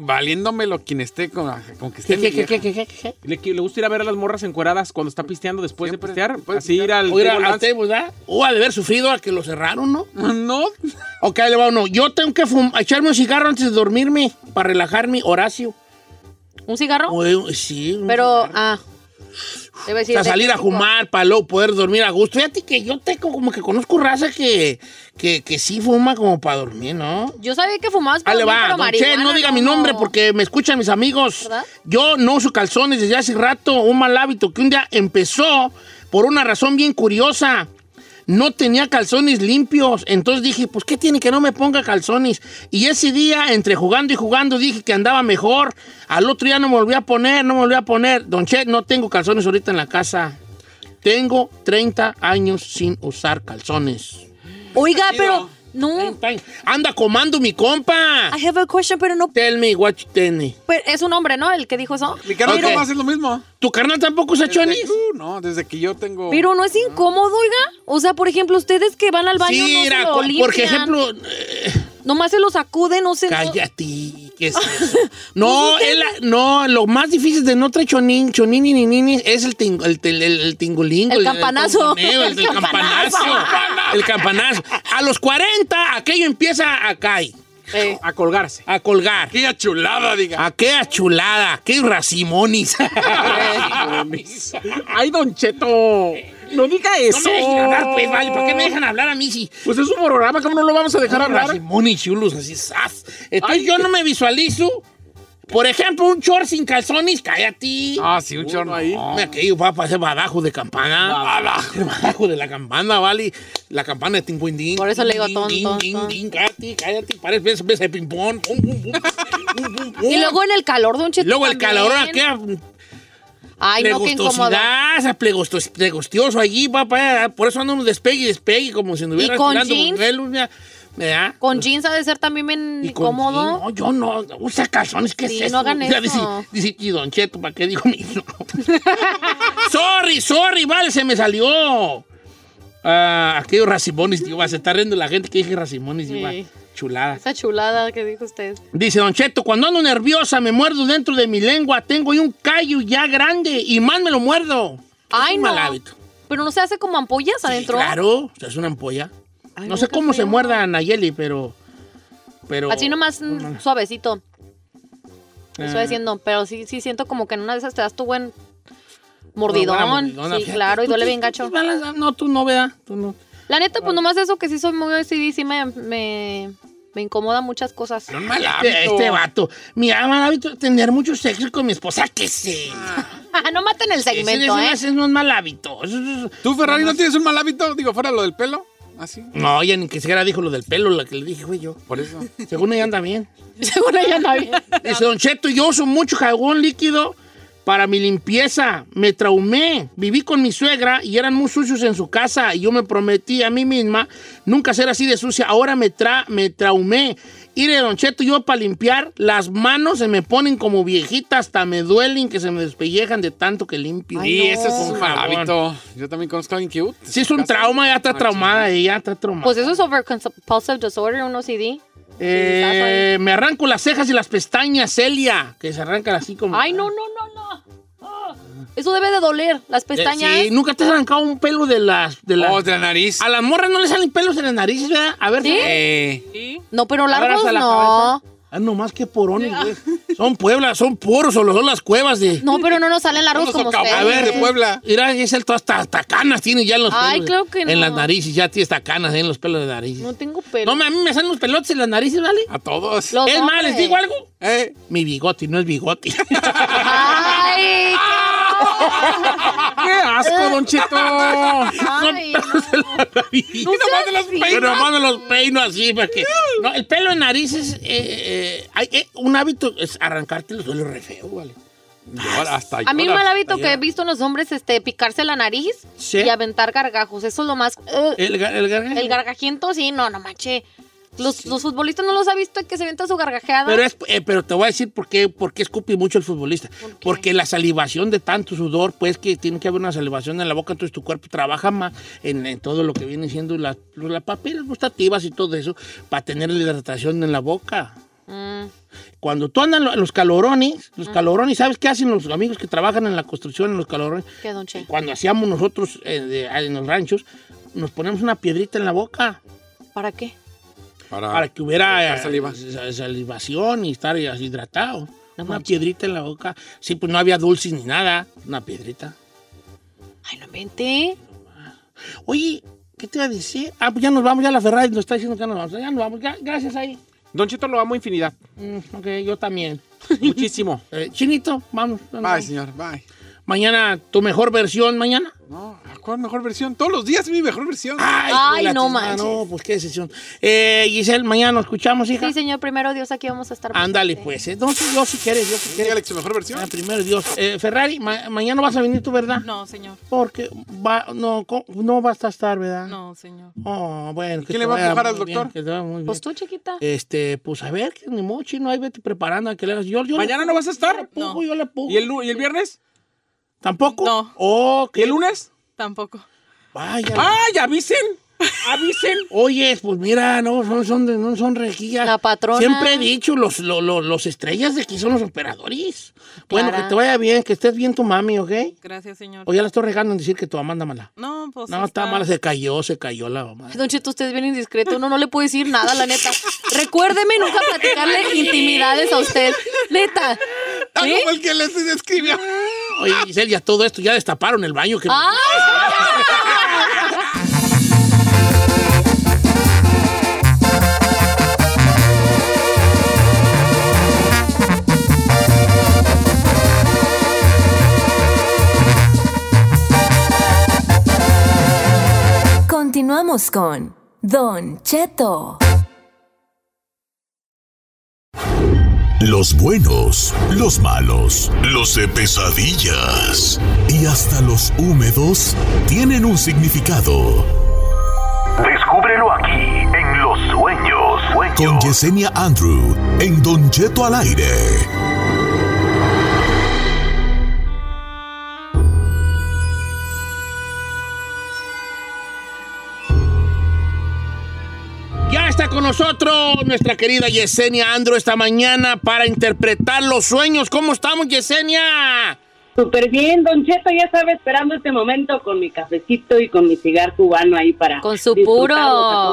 [SPEAKER 3] Valiéndomelo quien esté con, con que esté.
[SPEAKER 2] ¿Qué,
[SPEAKER 3] mi
[SPEAKER 2] qué, qué,
[SPEAKER 3] vieja.
[SPEAKER 2] qué, qué, qué, qué?
[SPEAKER 4] Le, le gusta ir a ver a las morras encueradas cuando está pisteando después
[SPEAKER 3] Siempre,
[SPEAKER 4] de pistear.
[SPEAKER 3] después de
[SPEAKER 4] Así ir
[SPEAKER 3] pistear.
[SPEAKER 4] al...
[SPEAKER 2] O ir a-
[SPEAKER 4] table
[SPEAKER 2] al
[SPEAKER 4] dance.
[SPEAKER 2] table, ¿verdad? O ha de haber sufrido a que lo cerraron, ¿no?
[SPEAKER 3] No.
[SPEAKER 2] Ok, ahí le va uno. Yo tengo que fum- echarme un cigarro antes de dormirme para relajarme, Horacio.
[SPEAKER 1] ¿Un cigarro?
[SPEAKER 2] Oye, sí. un
[SPEAKER 1] Pero,
[SPEAKER 2] cigarro.
[SPEAKER 1] ah. Debe decir
[SPEAKER 2] Hasta salir a
[SPEAKER 1] energético.
[SPEAKER 2] fumar para luego poder dormir a gusto. Fíjate que yo tengo como que conozco raza que, que, que sí fuma como para dormir, ¿no?
[SPEAKER 1] Yo sabía que fumabas
[SPEAKER 2] Ahí Ah, le
[SPEAKER 1] mí,
[SPEAKER 2] va,
[SPEAKER 1] pero
[SPEAKER 2] don Che, no
[SPEAKER 1] marihuana,
[SPEAKER 2] diga mi nombre porque me escuchan mis amigos.
[SPEAKER 1] ¿Verdad?
[SPEAKER 2] Yo no uso calzones desde hace rato, un mal hábito que un día empezó por una razón bien curiosa. no tenía calzones limpios. Entonces dije, pues, ¿qué tiene que no me ponga calzones? Y ese día, entre jugando y jugando, dije que andaba mejor. Al otro día no me volví a poner, no me volví a poner. Don Che, no tengo calzones ahorita en la casa. Tengo 30 años sin usar calzones.
[SPEAKER 1] Oiga, pero. No.
[SPEAKER 2] Anda comando mi compa.
[SPEAKER 1] I have a question, pero no.
[SPEAKER 2] Tell me what you tell me.
[SPEAKER 1] pero es un hombre, ¿no? El que dijo eso.
[SPEAKER 3] Mi carnal
[SPEAKER 2] Ok.
[SPEAKER 3] no va a hacer lo mismo.
[SPEAKER 2] ¿Tu carnal tampoco usa
[SPEAKER 3] Desde-
[SPEAKER 2] chonis?
[SPEAKER 3] Uh, no, desde que yo tengo.
[SPEAKER 1] Pero no es incómodo, oiga. O sea, por ejemplo, ustedes que van al baño.
[SPEAKER 2] Sí,
[SPEAKER 1] no
[SPEAKER 2] mira,
[SPEAKER 1] se lo
[SPEAKER 2] cu-
[SPEAKER 1] limpian,
[SPEAKER 2] por ejemplo, eh,
[SPEAKER 1] Nomás se lo sacuden, no se.
[SPEAKER 2] cállate, ¿qué es eso? No, es la- no, lo más difícil de no traer chonín, chonín y ninini es el, ting- el, tel- el, el tingulingo,
[SPEAKER 1] El campanazo.
[SPEAKER 2] El, tingoneo, el,
[SPEAKER 1] El
[SPEAKER 2] el campanazo.
[SPEAKER 1] campanazo.
[SPEAKER 2] El campanazo. A los 40, aquello empieza a caer,
[SPEAKER 1] Eh,
[SPEAKER 4] A colgarse.
[SPEAKER 2] a colgar.
[SPEAKER 3] Aquella chulada, diga.
[SPEAKER 2] Aquella chulada, Ah, qué racimonis.
[SPEAKER 4] Ay, Don Cheto. No diga
[SPEAKER 2] No
[SPEAKER 4] eso.
[SPEAKER 2] me dejen hablar, pues, vale, ¿por qué me dejan hablar a mí si
[SPEAKER 4] Pues es un programa, ¿cómo no lo vamos a dejar hablar?
[SPEAKER 2] Rasimón y chulos así, ¡zas! Entonces
[SPEAKER 4] Ay.
[SPEAKER 2] yo no me visualizo. Por ejemplo, un short sin calzones, cállate.
[SPEAKER 3] Ah, sí, un chorno ahí.
[SPEAKER 2] Hombre, aquello va para ese badajo de campana. Badajo. de la campana, vale. La campana de Tinguindín.
[SPEAKER 1] Por eso le digo
[SPEAKER 2] Ding,
[SPEAKER 1] ton,
[SPEAKER 2] ding,
[SPEAKER 1] ton,
[SPEAKER 2] ding,
[SPEAKER 1] ton.
[SPEAKER 2] ding, Cállate, cállate. Parece ves- ves de ping-pong. Pum, pum, pum. Pum, pum, pum.
[SPEAKER 1] Y luego en el calor, don
[SPEAKER 2] Y
[SPEAKER 1] Cheto.
[SPEAKER 2] luego el
[SPEAKER 1] también.
[SPEAKER 2] calor, aquella
[SPEAKER 1] Ay, no, qué incómodo.
[SPEAKER 2] plegostosidad, esa plegostos- plegostioso allí, papá. Por eso ando un despegue y despegue, como si anduviera
[SPEAKER 1] con
[SPEAKER 2] tirando
[SPEAKER 1] jeans?
[SPEAKER 2] buñuelos, mira. ¿Verdad? Pues,
[SPEAKER 1] Con jeans ha de ser también bien
[SPEAKER 2] Y con-
[SPEAKER 1] incómodo.
[SPEAKER 2] sí, no, yo no. Usa calzones, ¿qué
[SPEAKER 1] Sí,
[SPEAKER 2] es eso?
[SPEAKER 1] no hagan
[SPEAKER 2] O sea,
[SPEAKER 1] eso.
[SPEAKER 2] Dice, dice, y Don Cheto, ¿para qué digo mi no? sorry, sorry, vale, se me salió. Ah, aquellos racimones, tío, se está riendo la gente que dije racimones, tío,
[SPEAKER 1] Sí.
[SPEAKER 2] chulada.
[SPEAKER 1] Esa chulada que dijo usted.
[SPEAKER 2] Dice Don Cheto, cuando ando nerviosa me muerdo dentro de mi lengua, tengo ahí un callo ya grande y más me lo muerdo.
[SPEAKER 1] Ay,
[SPEAKER 2] es un
[SPEAKER 1] no.
[SPEAKER 2] mal hábito.
[SPEAKER 1] Pero no se hace como ampollas
[SPEAKER 2] Sí,
[SPEAKER 1] adentro.
[SPEAKER 2] claro, o sea, es una ampolla.
[SPEAKER 1] Ay,
[SPEAKER 2] no sé
[SPEAKER 1] qué
[SPEAKER 2] cómo se
[SPEAKER 1] feo.
[SPEAKER 2] muerda a Nayeli, pero... pero
[SPEAKER 1] Así nomás mm, suavecito.
[SPEAKER 2] Ah.
[SPEAKER 1] Estoy diciendo, pero sí, sí siento como que en una de esas te das tu buen mordidón.
[SPEAKER 2] Buena mordidona,
[SPEAKER 1] sí,
[SPEAKER 2] fíjate.
[SPEAKER 1] claro, y
[SPEAKER 2] Tú
[SPEAKER 1] duele
[SPEAKER 2] sí,
[SPEAKER 1] bien
[SPEAKER 2] tú
[SPEAKER 1] gacho.
[SPEAKER 2] sí balas- No, tú no, ¿verdad? Tú no.
[SPEAKER 1] La neta, pues nomás eso que sí soy muy OCD, sí me, me, me incomoda muchas cosas.
[SPEAKER 3] Era un mal
[SPEAKER 2] Este,
[SPEAKER 3] hábito.
[SPEAKER 2] este vato. Mi mal hábito es tener mucho sexo con mi esposa, que sí.
[SPEAKER 1] Ah, no maten el
[SPEAKER 2] Ese- ese
[SPEAKER 1] segmento,
[SPEAKER 2] no
[SPEAKER 1] ¿eh?
[SPEAKER 2] es- ese no es mal hábito. Eso- eso- eso-
[SPEAKER 3] ¿Tú, Ferrari, no tienes un mal hábito? Digo, fuera lo del pelo. ¿Ah, Así.
[SPEAKER 2] No, ella ni que siquiera dijo lo del pelo, la que le dije, güey, yo.
[SPEAKER 3] Por eso.
[SPEAKER 2] Según ella anda bien.
[SPEAKER 1] Según ella no había.
[SPEAKER 2] Dice, Don Cheto, yo uso mucho jabón líquido para mi limpieza. Me traumé. Viví con mi suegra y eran muy sucios en su casa. Y yo me prometí a mí misma nunca ser así de sucia. Ahora me, tra me traumé. Iré, Don Cheto, yo para limpiar, las manos se me ponen como viejitas, hasta me duelen, que se me despellejan de tanto que limpio.
[SPEAKER 1] Ay,
[SPEAKER 3] Y
[SPEAKER 1] no.
[SPEAKER 3] ese es un
[SPEAKER 2] Con
[SPEAKER 3] mal
[SPEAKER 2] jabón.
[SPEAKER 3] hábito. Yo también conozco a alguien que. uh,
[SPEAKER 2] Sí, es un trauma, ya está
[SPEAKER 3] Ah,
[SPEAKER 2] traumada, ella está traumada.
[SPEAKER 1] Pues eso es overcompulsive disorder, un OCD.
[SPEAKER 2] Eh, me arranco las cejas y las pestañas, Celia, que se arrancan así como... eh,
[SPEAKER 1] Ay, no, no, no, no. Ah, Eso debe de doler, las
[SPEAKER 2] Eh,
[SPEAKER 1] pestañas.
[SPEAKER 2] sí, nunca te has arrancado un pelo de las... De las
[SPEAKER 3] Oh, de la nariz.
[SPEAKER 2] A las morras no les salen pelos en las narices, ¿verdad? A ver,
[SPEAKER 1] ¿Sí?
[SPEAKER 2] eh,
[SPEAKER 3] Eh,
[SPEAKER 7] Sí.
[SPEAKER 1] No, pero largos
[SPEAKER 2] Ábrase la
[SPEAKER 1] no. Ah,
[SPEAKER 2] Ah, nomás que porones, güey. Son pueblas, son poros, o son las cuevas de.
[SPEAKER 1] No, pero no nos salen largos
[SPEAKER 3] Unos
[SPEAKER 1] como ustedes.
[SPEAKER 3] socavones
[SPEAKER 2] A ver,
[SPEAKER 3] de Puebla.
[SPEAKER 2] Mira, es el todo hasta, hasta canas tiene ya en los
[SPEAKER 1] Ay,
[SPEAKER 2] pelos.
[SPEAKER 1] claro que
[SPEAKER 2] En
[SPEAKER 1] no.
[SPEAKER 2] las narices, ya tiene hasta canas en los pelos de narices.
[SPEAKER 1] No
[SPEAKER 2] No,
[SPEAKER 1] tengo pelo.
[SPEAKER 2] me- a mí me salen los pelotes en las narices, ¿vale?
[SPEAKER 3] a todos.
[SPEAKER 1] Los
[SPEAKER 2] es más,
[SPEAKER 1] hombres.
[SPEAKER 2] les digo algo.
[SPEAKER 3] Eh,
[SPEAKER 2] Mi bigote no es bigote.
[SPEAKER 1] Ay,
[SPEAKER 4] ¡Qué asco, Don Cheto!
[SPEAKER 1] qué- ay,
[SPEAKER 2] Y
[SPEAKER 1] No seas así.
[SPEAKER 2] peino. nomás me los peino así. Porque, no, el pelo en narices, eh, eh, hay, eh, un hábito es arrancarte los pelos re feo, ¿vale?
[SPEAKER 3] llora, hasta
[SPEAKER 1] A mí un
[SPEAKER 3] llora.
[SPEAKER 1] mal hábito
[SPEAKER 2] Ahí
[SPEAKER 1] que
[SPEAKER 2] va.
[SPEAKER 1] he visto en los hombres este picarse la nariz
[SPEAKER 2] Sí.
[SPEAKER 1] y aventar gargajos. Eso es lo más. eh,
[SPEAKER 2] El, gar- el gargajo.
[SPEAKER 1] el gargajiento, sí, no, no manche. Los, los futbolistas no los ha visto que se avienta su gargajeada.
[SPEAKER 2] Pero, es, eh, pero te voy a decir por qué, por qué escupe mucho el futbolista. Porque la salivación de tanto sudor, pues que tiene que haber una salivación en la boca, entonces tu cuerpo trabaja más en, en todo lo que viene siendo las, pues, las papilas gustativas y todo eso para tener la hidratación en la boca.
[SPEAKER 1] Mm,
[SPEAKER 2] Cuando tú andan lo- los calorones, los calorones, ¿sabes qué hacen los amigos que trabajan en la construcción, en los calorones?
[SPEAKER 1] qué don Che.
[SPEAKER 2] Cuando hacíamos nosotros eh, de- en los ranchos, nos ponemos una piedrita en la boca
[SPEAKER 1] ¿Para qué?
[SPEAKER 3] Para,
[SPEAKER 2] para que hubiera
[SPEAKER 3] Para saliva.
[SPEAKER 2] eh, sa- salivación y estar hidratado. una piedrita en la boca. Sí, pues no había dulces ni nada. Una piedrita.
[SPEAKER 1] Ay, no mente.
[SPEAKER 2] Oye, ¿qué te iba a decir? Ah, pues ya nos vamos, ya la Ferrari nos está diciendo que ya nos vamos. Ya nos vamos, ya, gracias ahí.
[SPEAKER 4] Don Cheto lo amo infinidad.
[SPEAKER 2] Mm, ok, yo también.
[SPEAKER 4] Muchísimo.
[SPEAKER 2] Eh, Chinito, vamos.
[SPEAKER 3] Bye, señor. Bye.
[SPEAKER 2] Mañana tu mejor versión, mañana.
[SPEAKER 3] No, ¿a ¿Cuál mejor versión? Todos los días mi mejor versión.
[SPEAKER 2] Ay,
[SPEAKER 1] Ay,
[SPEAKER 2] la
[SPEAKER 1] no
[SPEAKER 2] tiznada,
[SPEAKER 1] manches.
[SPEAKER 2] No, pues qué decisión. Eh, Giselle, mañana nos escuchamos, hija.
[SPEAKER 1] Sí, señor, primero Dios, aquí vamos a estar.
[SPEAKER 2] Ándale,
[SPEAKER 1] presentes.
[SPEAKER 2] pues. Entonces, yo si quieres, yo si
[SPEAKER 3] Sí,
[SPEAKER 2] quieres.
[SPEAKER 3] Alex, su mejor versión.
[SPEAKER 2] Ah, primero Dios. Eh, Ferrari, ma- mañana vas a venir tú, ¿verdad?
[SPEAKER 7] No, señor.
[SPEAKER 2] Porque va, no, co- no vas a estar, ¿verdad?
[SPEAKER 7] No, señor.
[SPEAKER 2] Oh, bueno. que
[SPEAKER 3] quién
[SPEAKER 2] te
[SPEAKER 3] le va a
[SPEAKER 2] vaya
[SPEAKER 3] empujar al
[SPEAKER 2] muy bien,
[SPEAKER 3] doctor?
[SPEAKER 2] que te vaya muy
[SPEAKER 1] Pues
[SPEAKER 2] bien.
[SPEAKER 1] tú, chiquita.
[SPEAKER 2] Este, pues a ver, que ni mochi, no ahí vete preparando a que le hagas. Yo, yo le-
[SPEAKER 4] ¿Mañana no vas a
[SPEAKER 2] yo le
[SPEAKER 4] estar?
[SPEAKER 2] pongo,
[SPEAKER 7] No.
[SPEAKER 2] yo le pongo.
[SPEAKER 4] ¿Y el, lu- y el viernes?
[SPEAKER 2] ¿Tampoco?
[SPEAKER 7] No.
[SPEAKER 2] Oh,
[SPEAKER 4] ¿Y el lunes?
[SPEAKER 7] Tampoco.
[SPEAKER 2] Vaya.
[SPEAKER 4] ¡Ay, avisen! ¡Avisen!
[SPEAKER 2] Oye, pues mira, no son, son, de- no son rejillas.
[SPEAKER 1] La patrona.
[SPEAKER 2] Siempre he dicho, los, lo- lo- los estrellas de aquí son los operadores. Bueno,
[SPEAKER 1] Clara.
[SPEAKER 2] que te vaya bien, que estés bien tu mami, ¿ok?
[SPEAKER 7] Gracias, señor.
[SPEAKER 2] O ya la estoy regando en decir que tu mamá anda mala.
[SPEAKER 7] No, pues.
[SPEAKER 2] No, está mala, se cayó, se cayó la mamá.
[SPEAKER 1] Ay, Don Cheto, usted es bien indiscreto. Uno no le puede decir nada, la neta. Recuérdeme nunca platicarle intimidades a usted. Neta.
[SPEAKER 3] Ah,
[SPEAKER 1] ¿Sí?
[SPEAKER 3] como el que les escribió.
[SPEAKER 2] Oye, Giselle, ya todo esto, ya destaparon el baño. Que...
[SPEAKER 1] ¡Ay!
[SPEAKER 5] Continuamos con Don Cheto.
[SPEAKER 8] Los buenos, los malos, los de pesadillas y hasta los húmedos tienen un significado.
[SPEAKER 9] Descúbrelo aquí en Los Sueños.
[SPEAKER 8] Con
[SPEAKER 9] Sueños.
[SPEAKER 8] Yesenia Andrew en Don Cheto al aire.
[SPEAKER 2] Ya está con nosotros nuestra querida Yesenia Andro esta mañana para interpretar los sueños. ¿Cómo estamos, Yesenia?
[SPEAKER 10] Súper bien, Don Cheto, ya estaba esperando este momento con mi cafecito y con mi cigar cubano ahí para...
[SPEAKER 1] Con su
[SPEAKER 10] disfrutarlos a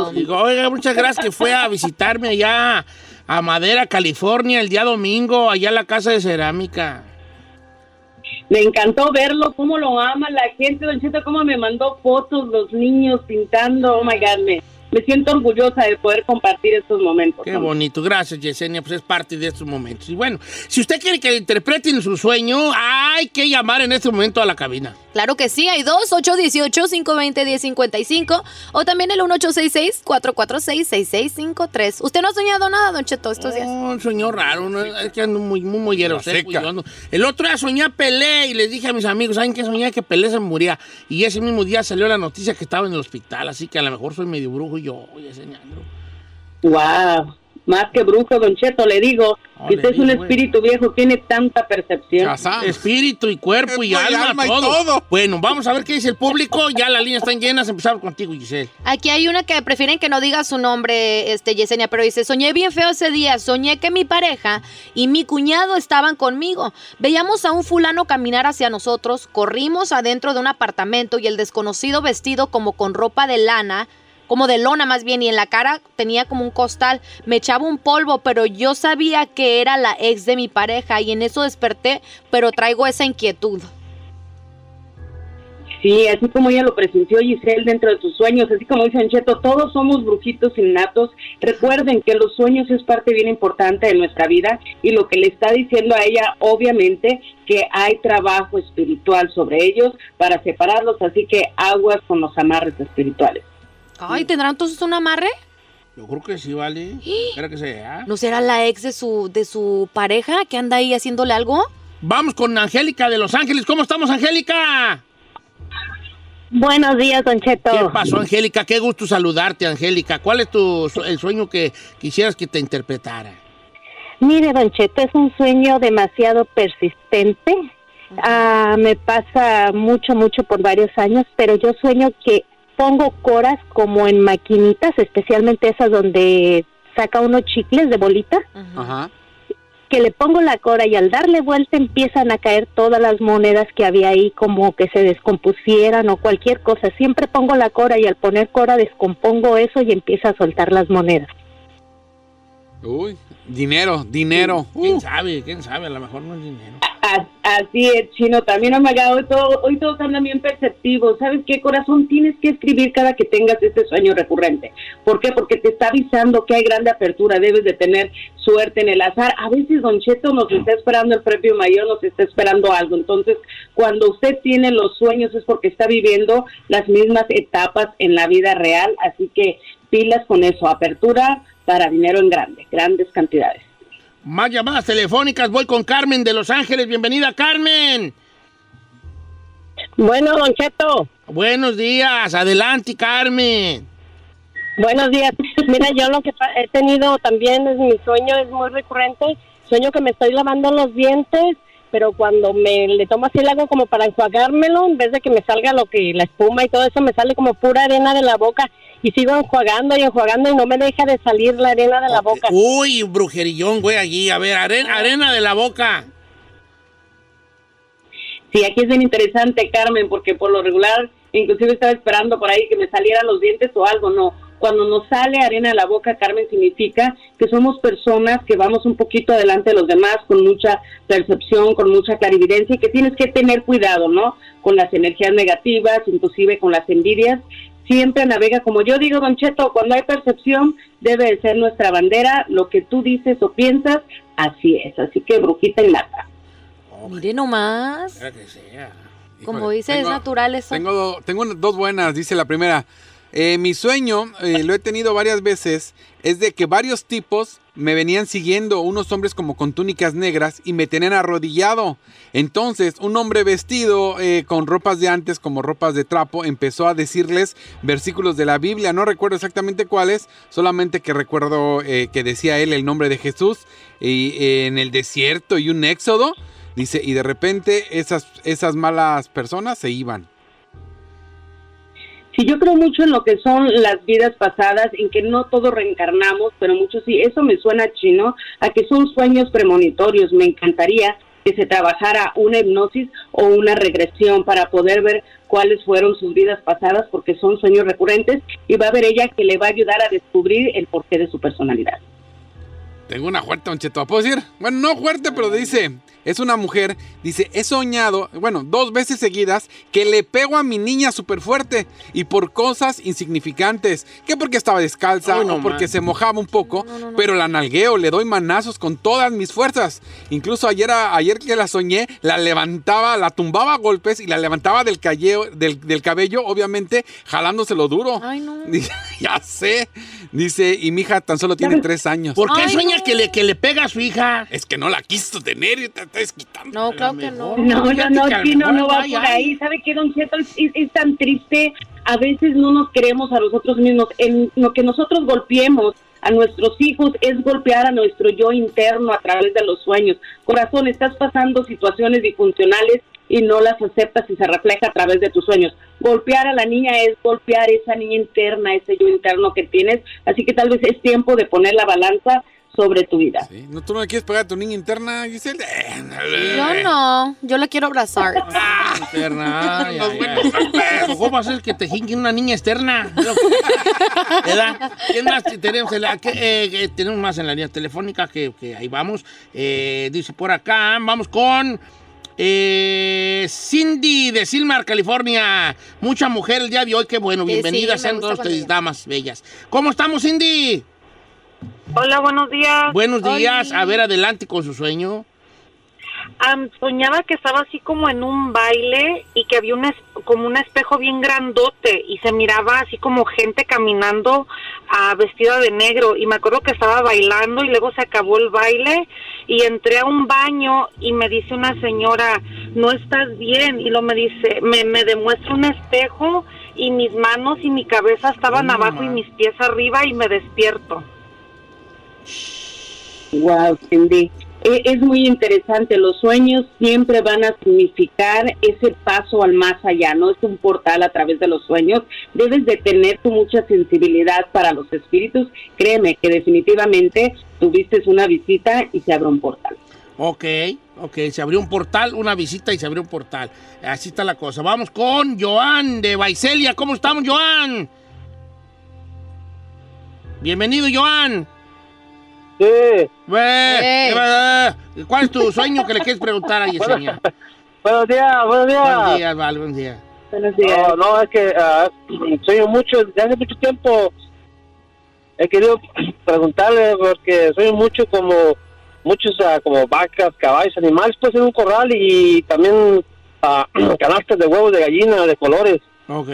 [SPEAKER 10] todos.
[SPEAKER 2] Digo, oiga, muchas gracias que fue a visitarme allá a Madera, California, el día domingo, allá en la casa de cerámica.
[SPEAKER 10] Me encantó verlo, cómo lo ama la gente, Don Cheto, cómo me mandó fotos los niños pintando, oh my God, me, me siento orgullosa de poder compartir estos momentos.
[SPEAKER 2] Qué
[SPEAKER 10] Don
[SPEAKER 2] bonito, gracias Yesenia, pues es parte de estos momentos. Y bueno, si usted quiere que le interpreten su sueño, hay que llamar en este momento a la cabina.
[SPEAKER 1] Claro que sí, hay dos, 818-520-1055 o también el 1866-446-6653. Usted no ha soñado nada, Don Cheto, estos días.
[SPEAKER 2] Oh, un sueño raro, ¿no? es que ando muy, muy mollero.
[SPEAKER 3] La
[SPEAKER 2] seco,
[SPEAKER 3] seca.
[SPEAKER 2] yo ando- El otro día soñé a Pelé y les dije a mis amigos, ¿saben qué? Soñé que Pelé se moría. Y ese mismo día salió la noticia que estaba en el hospital, así que a lo mejor soy medio brujo yo, Yesenia. Andro.
[SPEAKER 10] Wow, más que brujo, Don Cheto, le digo,
[SPEAKER 2] No,
[SPEAKER 10] que
[SPEAKER 2] le
[SPEAKER 10] usted es un
[SPEAKER 2] digo, eh.
[SPEAKER 10] espíritu viejo, tiene tanta percepción.
[SPEAKER 3] Chazam.
[SPEAKER 2] Espíritu y cuerpo y
[SPEAKER 3] Cuerpo y
[SPEAKER 2] alma,
[SPEAKER 3] alma y
[SPEAKER 2] todo.
[SPEAKER 3] todo.
[SPEAKER 2] Bueno, vamos a ver qué dice el público. Ya las líneas están llenas. Empezamos contigo, Giselle.
[SPEAKER 1] Aquí hay una que prefieren que no diga su nombre, este Yesenia, pero dice, soñé bien feo ese día, soñé que mi pareja y mi cuñado estaban conmigo. Veíamos a un fulano caminar hacia nosotros, corrimos adentro de un apartamento y el desconocido vestido como con ropa de lana, como de lona más bien, y en la cara tenía como un costal, me echaba un polvo, pero yo sabía que era la ex de mi pareja y en eso desperté, pero traigo esa inquietud.
[SPEAKER 10] Sí, así como ella lo presenció Giselle dentro de tus sueños, así como dice Ancheto, todos somos brujitos innatos. Recuerden que los sueños es parte bien importante de nuestra vida y lo que le está diciendo a ella, obviamente, que hay trabajo espiritual sobre ellos para separarlos, así que aguas con los amarres espirituales.
[SPEAKER 1] Ay, ¿tendrán entonces un amarre?
[SPEAKER 2] Yo creo que sí, vale. Espera que sea. ¿eh?
[SPEAKER 1] ¿No será la ex de su, de su pareja que anda ahí haciéndole algo?
[SPEAKER 2] Vamos con Angélica de Los Ángeles. ¿Cómo estamos, Angélica?
[SPEAKER 10] Buenos días, Don
[SPEAKER 2] ¿Qué
[SPEAKER 10] Cheto.
[SPEAKER 2] pasó, Angélica? Qué gusto saludarte, Angélica. ¿Cuál es tu, su- el sueño que quisieras que te interpretara?
[SPEAKER 10] Mire, Don Cheto, es un sueño demasiado persistente. Ah, me pasa mucho, mucho por varios años, pero yo sueño que pongo coras como en maquinitas, especialmente esas donde saca unos chicles de bolita,
[SPEAKER 3] Ajá.
[SPEAKER 10] que le pongo la cora y al darle vuelta empiezan a caer todas las monedas que había ahí, como que se descompusieran o cualquier cosa. Siempre pongo la cora y al poner cora descompongo eso y empieza a soltar las monedas.
[SPEAKER 3] Uy, dinero, dinero.
[SPEAKER 2] ¿Quién
[SPEAKER 3] Uh,
[SPEAKER 2] sabe? ¿Quién sabe? A lo mejor no es dinero.
[SPEAKER 10] As- Así es, Chino, también Amaga, hoy, todo, hoy todos andan bien perceptivos. ¿Sabes qué, corazón? Tienes que escribir cada que tengas este sueño recurrente. ¿Por qué? Porque te está avisando que hay grande apertura, debes de tener suerte en el azar. A veces Don Cheto nos está esperando el premio mayor, nos está esperando algo. Entonces, cuando usted tiene los sueños es porque está viviendo las mismas etapas en la vida real. Así que pilas con eso, apertura para dinero en grande, grandes cantidades.
[SPEAKER 2] Más llamadas telefónicas. Voy con Carmen de Los Ángeles. Bienvenida, Carmen.
[SPEAKER 11] Bueno, Don Cheto.
[SPEAKER 2] Buenos días. Adelante, Carmen.
[SPEAKER 11] Buenos días. Mira, yo lo que pa- he tenido también es mi sueño, es muy recurrente. Sueño que me estoy lavando los dientes, pero cuando me le tomo así el agua como para enjuagármelo, en vez de que me salga lo que la espuma y todo eso, me sale como pura arena de la boca y sigo enjuagando y enjuagando y no me deja de salir la arena de la boca.
[SPEAKER 2] Uy, brujerillón, güey, allí. A ver,
[SPEAKER 1] Ah.
[SPEAKER 2] arena, arena de la boca.
[SPEAKER 10] Sí, aquí es bien interesante, Carmen, porque por lo regular, inclusive estaba esperando por ahí que me salieran los dientes o algo, no. Cuando nos sale arena de la boca, Carmen, significa que somos personas que vamos un poquito adelante de los demás con mucha percepción, con mucha clarividencia y que tienes que tener cuidado, ¿no? Con las energías negativas, inclusive con las envidias. Siempre navega, como yo digo, Don Cheto, cuando hay percepción debe de ser nuestra bandera, lo que tú dices o piensas, así es. Así que brujita y nata.
[SPEAKER 1] Mire nomás. Como
[SPEAKER 3] Híjole,
[SPEAKER 1] dice, es
[SPEAKER 3] tengo-
[SPEAKER 1] natural eso.
[SPEAKER 3] Tengo, do- tengo una- dos buenas, dice la primera. Eh, mi sueño, eh, lo he tenido varias veces, es de que varios tipos me venían siguiendo, unos hombres como con túnicas negras y me tenían arrodillado. Entonces, un hombre vestido eh, con ropas de antes, como ropas de trapo, empezó a decirles versículos de la Biblia. No recuerdo exactamente cuáles, solamente que recuerdo eh, que decía él el nombre de Jesús y, eh, en el desierto y un éxodo. Dice, y de repente esas, esas malas personas se iban.
[SPEAKER 10] Sí, yo creo mucho en lo que son las vidas pasadas, en que no todos reencarnamos, pero muchos sí. Eso me suena chino, a que son sueños premonitorios. Me encantaría que se trabajara una hipnosis o una regresión para poder ver cuáles fueron sus vidas pasadas, porque son sueños recurrentes y va a ver ella que le va a ayudar a descubrir el porqué de su personalidad.
[SPEAKER 3] Tengo una fuerte, Don Cheto. ¿Puedo decir? Bueno, no fuerte, pero dice, es una mujer. Dice, he soñado, bueno, dos veces seguidas, que le pego a mi niña súper fuerte y por cosas insignificantes. Que porque estaba descalza
[SPEAKER 2] Ay, no,
[SPEAKER 3] o porque
[SPEAKER 2] man.
[SPEAKER 3] se mojaba un poco, pero la nalgueo, le doy manazos con todas mis fuerzas. Incluso ayer, a- ayer que la soñé, la levantaba, la tumbaba a golpes y la levantaba del, calleo, del, del cabello, obviamente, jalándoselo duro.
[SPEAKER 1] Ay, no.
[SPEAKER 3] ya sé. Dice, y mi hija tan solo tiene tres años.
[SPEAKER 2] ¿Por qué sueña que, le, que le pega a su hija?
[SPEAKER 3] Es que no la quiso tener y te estás quitando.
[SPEAKER 1] No, claro que no.
[SPEAKER 10] No, no, no, Chino, no va
[SPEAKER 1] Ay,
[SPEAKER 10] por
[SPEAKER 1] ay.
[SPEAKER 10] ahí. ¿Sabe qué, Don Cheto? Es, es tan triste. A veces no nos creemos a nosotros mismos. En lo que nosotros golpeemos a nuestros hijos es golpear a nuestro yo interno a través de los sueños. Corazón, estás pasando situaciones disfuncionales y no las aceptas y se refleja a través de tus sueños. Golpear a la niña es golpear esa niña interna, ese yo interno que tienes. Así que tal vez es tiempo de poner la balanza sobre tu vida.
[SPEAKER 3] No, tú no le quieres pegar a tu niña interna, Giselle. Eh, Ah.
[SPEAKER 1] Yo no, yo la quiero abrazar.
[SPEAKER 2] Externa. ay, ay, ay. ¿Cómo va a ser que te jinquen una niña externa? ¿Verdad? ¿Quién más que tenemos? en la- que, eh, que tenemos más en la línea telefónica que, que ahí vamos. Eh, dice por acá, vamos con eh, Cindy de Silmar, California. Mucha mujer el día de hoy, qué bueno.
[SPEAKER 12] Eh, Sí, sí,
[SPEAKER 2] Bienvenidas
[SPEAKER 12] me
[SPEAKER 2] sean
[SPEAKER 12] gusta
[SPEAKER 2] todas
[SPEAKER 12] cuando
[SPEAKER 2] ustedes,
[SPEAKER 12] llegan.
[SPEAKER 2] damas bellas. ¿Cómo estamos, Cindy?
[SPEAKER 12] Hola, buenos días.
[SPEAKER 2] Buenos días. A ver, adelante con su sueño.
[SPEAKER 12] Am, soñaba que estaba así como en un baile y que había un es- como un espejo bien grandote y se miraba así como gente caminando ah, vestida de negro y me acuerdo que estaba bailando y luego se acabó el baile y entré a un baño y me dice una señora no estás bien y lo me dice me, me demuestra un espejo y mis manos y mi cabeza estaban abajo y mis pies arriba y me despierto.
[SPEAKER 10] Wow, Cindy. E- Es muy interesante, los sueños siempre van a significar ese paso al más allá, no es un portal a través de los sueños, debes de tener tu mucha sensibilidad para los espíritus, créeme que definitivamente tuviste una visita y se abre un portal.
[SPEAKER 2] Ok, ok, se abrió un portal, una visita y se abrió un portal. Así está la cosa. Vamos con Joan de Vaiselia. ¿Cómo estamos, Joan? Bienvenido, Joan.
[SPEAKER 6] Sí.
[SPEAKER 2] Güey, de verdad. ¿Cuál es tu sueño que le quieres preguntar a Yesenia?
[SPEAKER 6] Buenos días, buenos días.
[SPEAKER 2] Buen día, Val, buen día.
[SPEAKER 6] No, no, es que ah, sueño mucho, desde hace mucho tiempo he querido preguntarle porque sueño mucho como muchos ah, como vacas, caballos, animales, pues en un corral y también ah, canastas de huevos de gallina de colores.
[SPEAKER 2] Ok.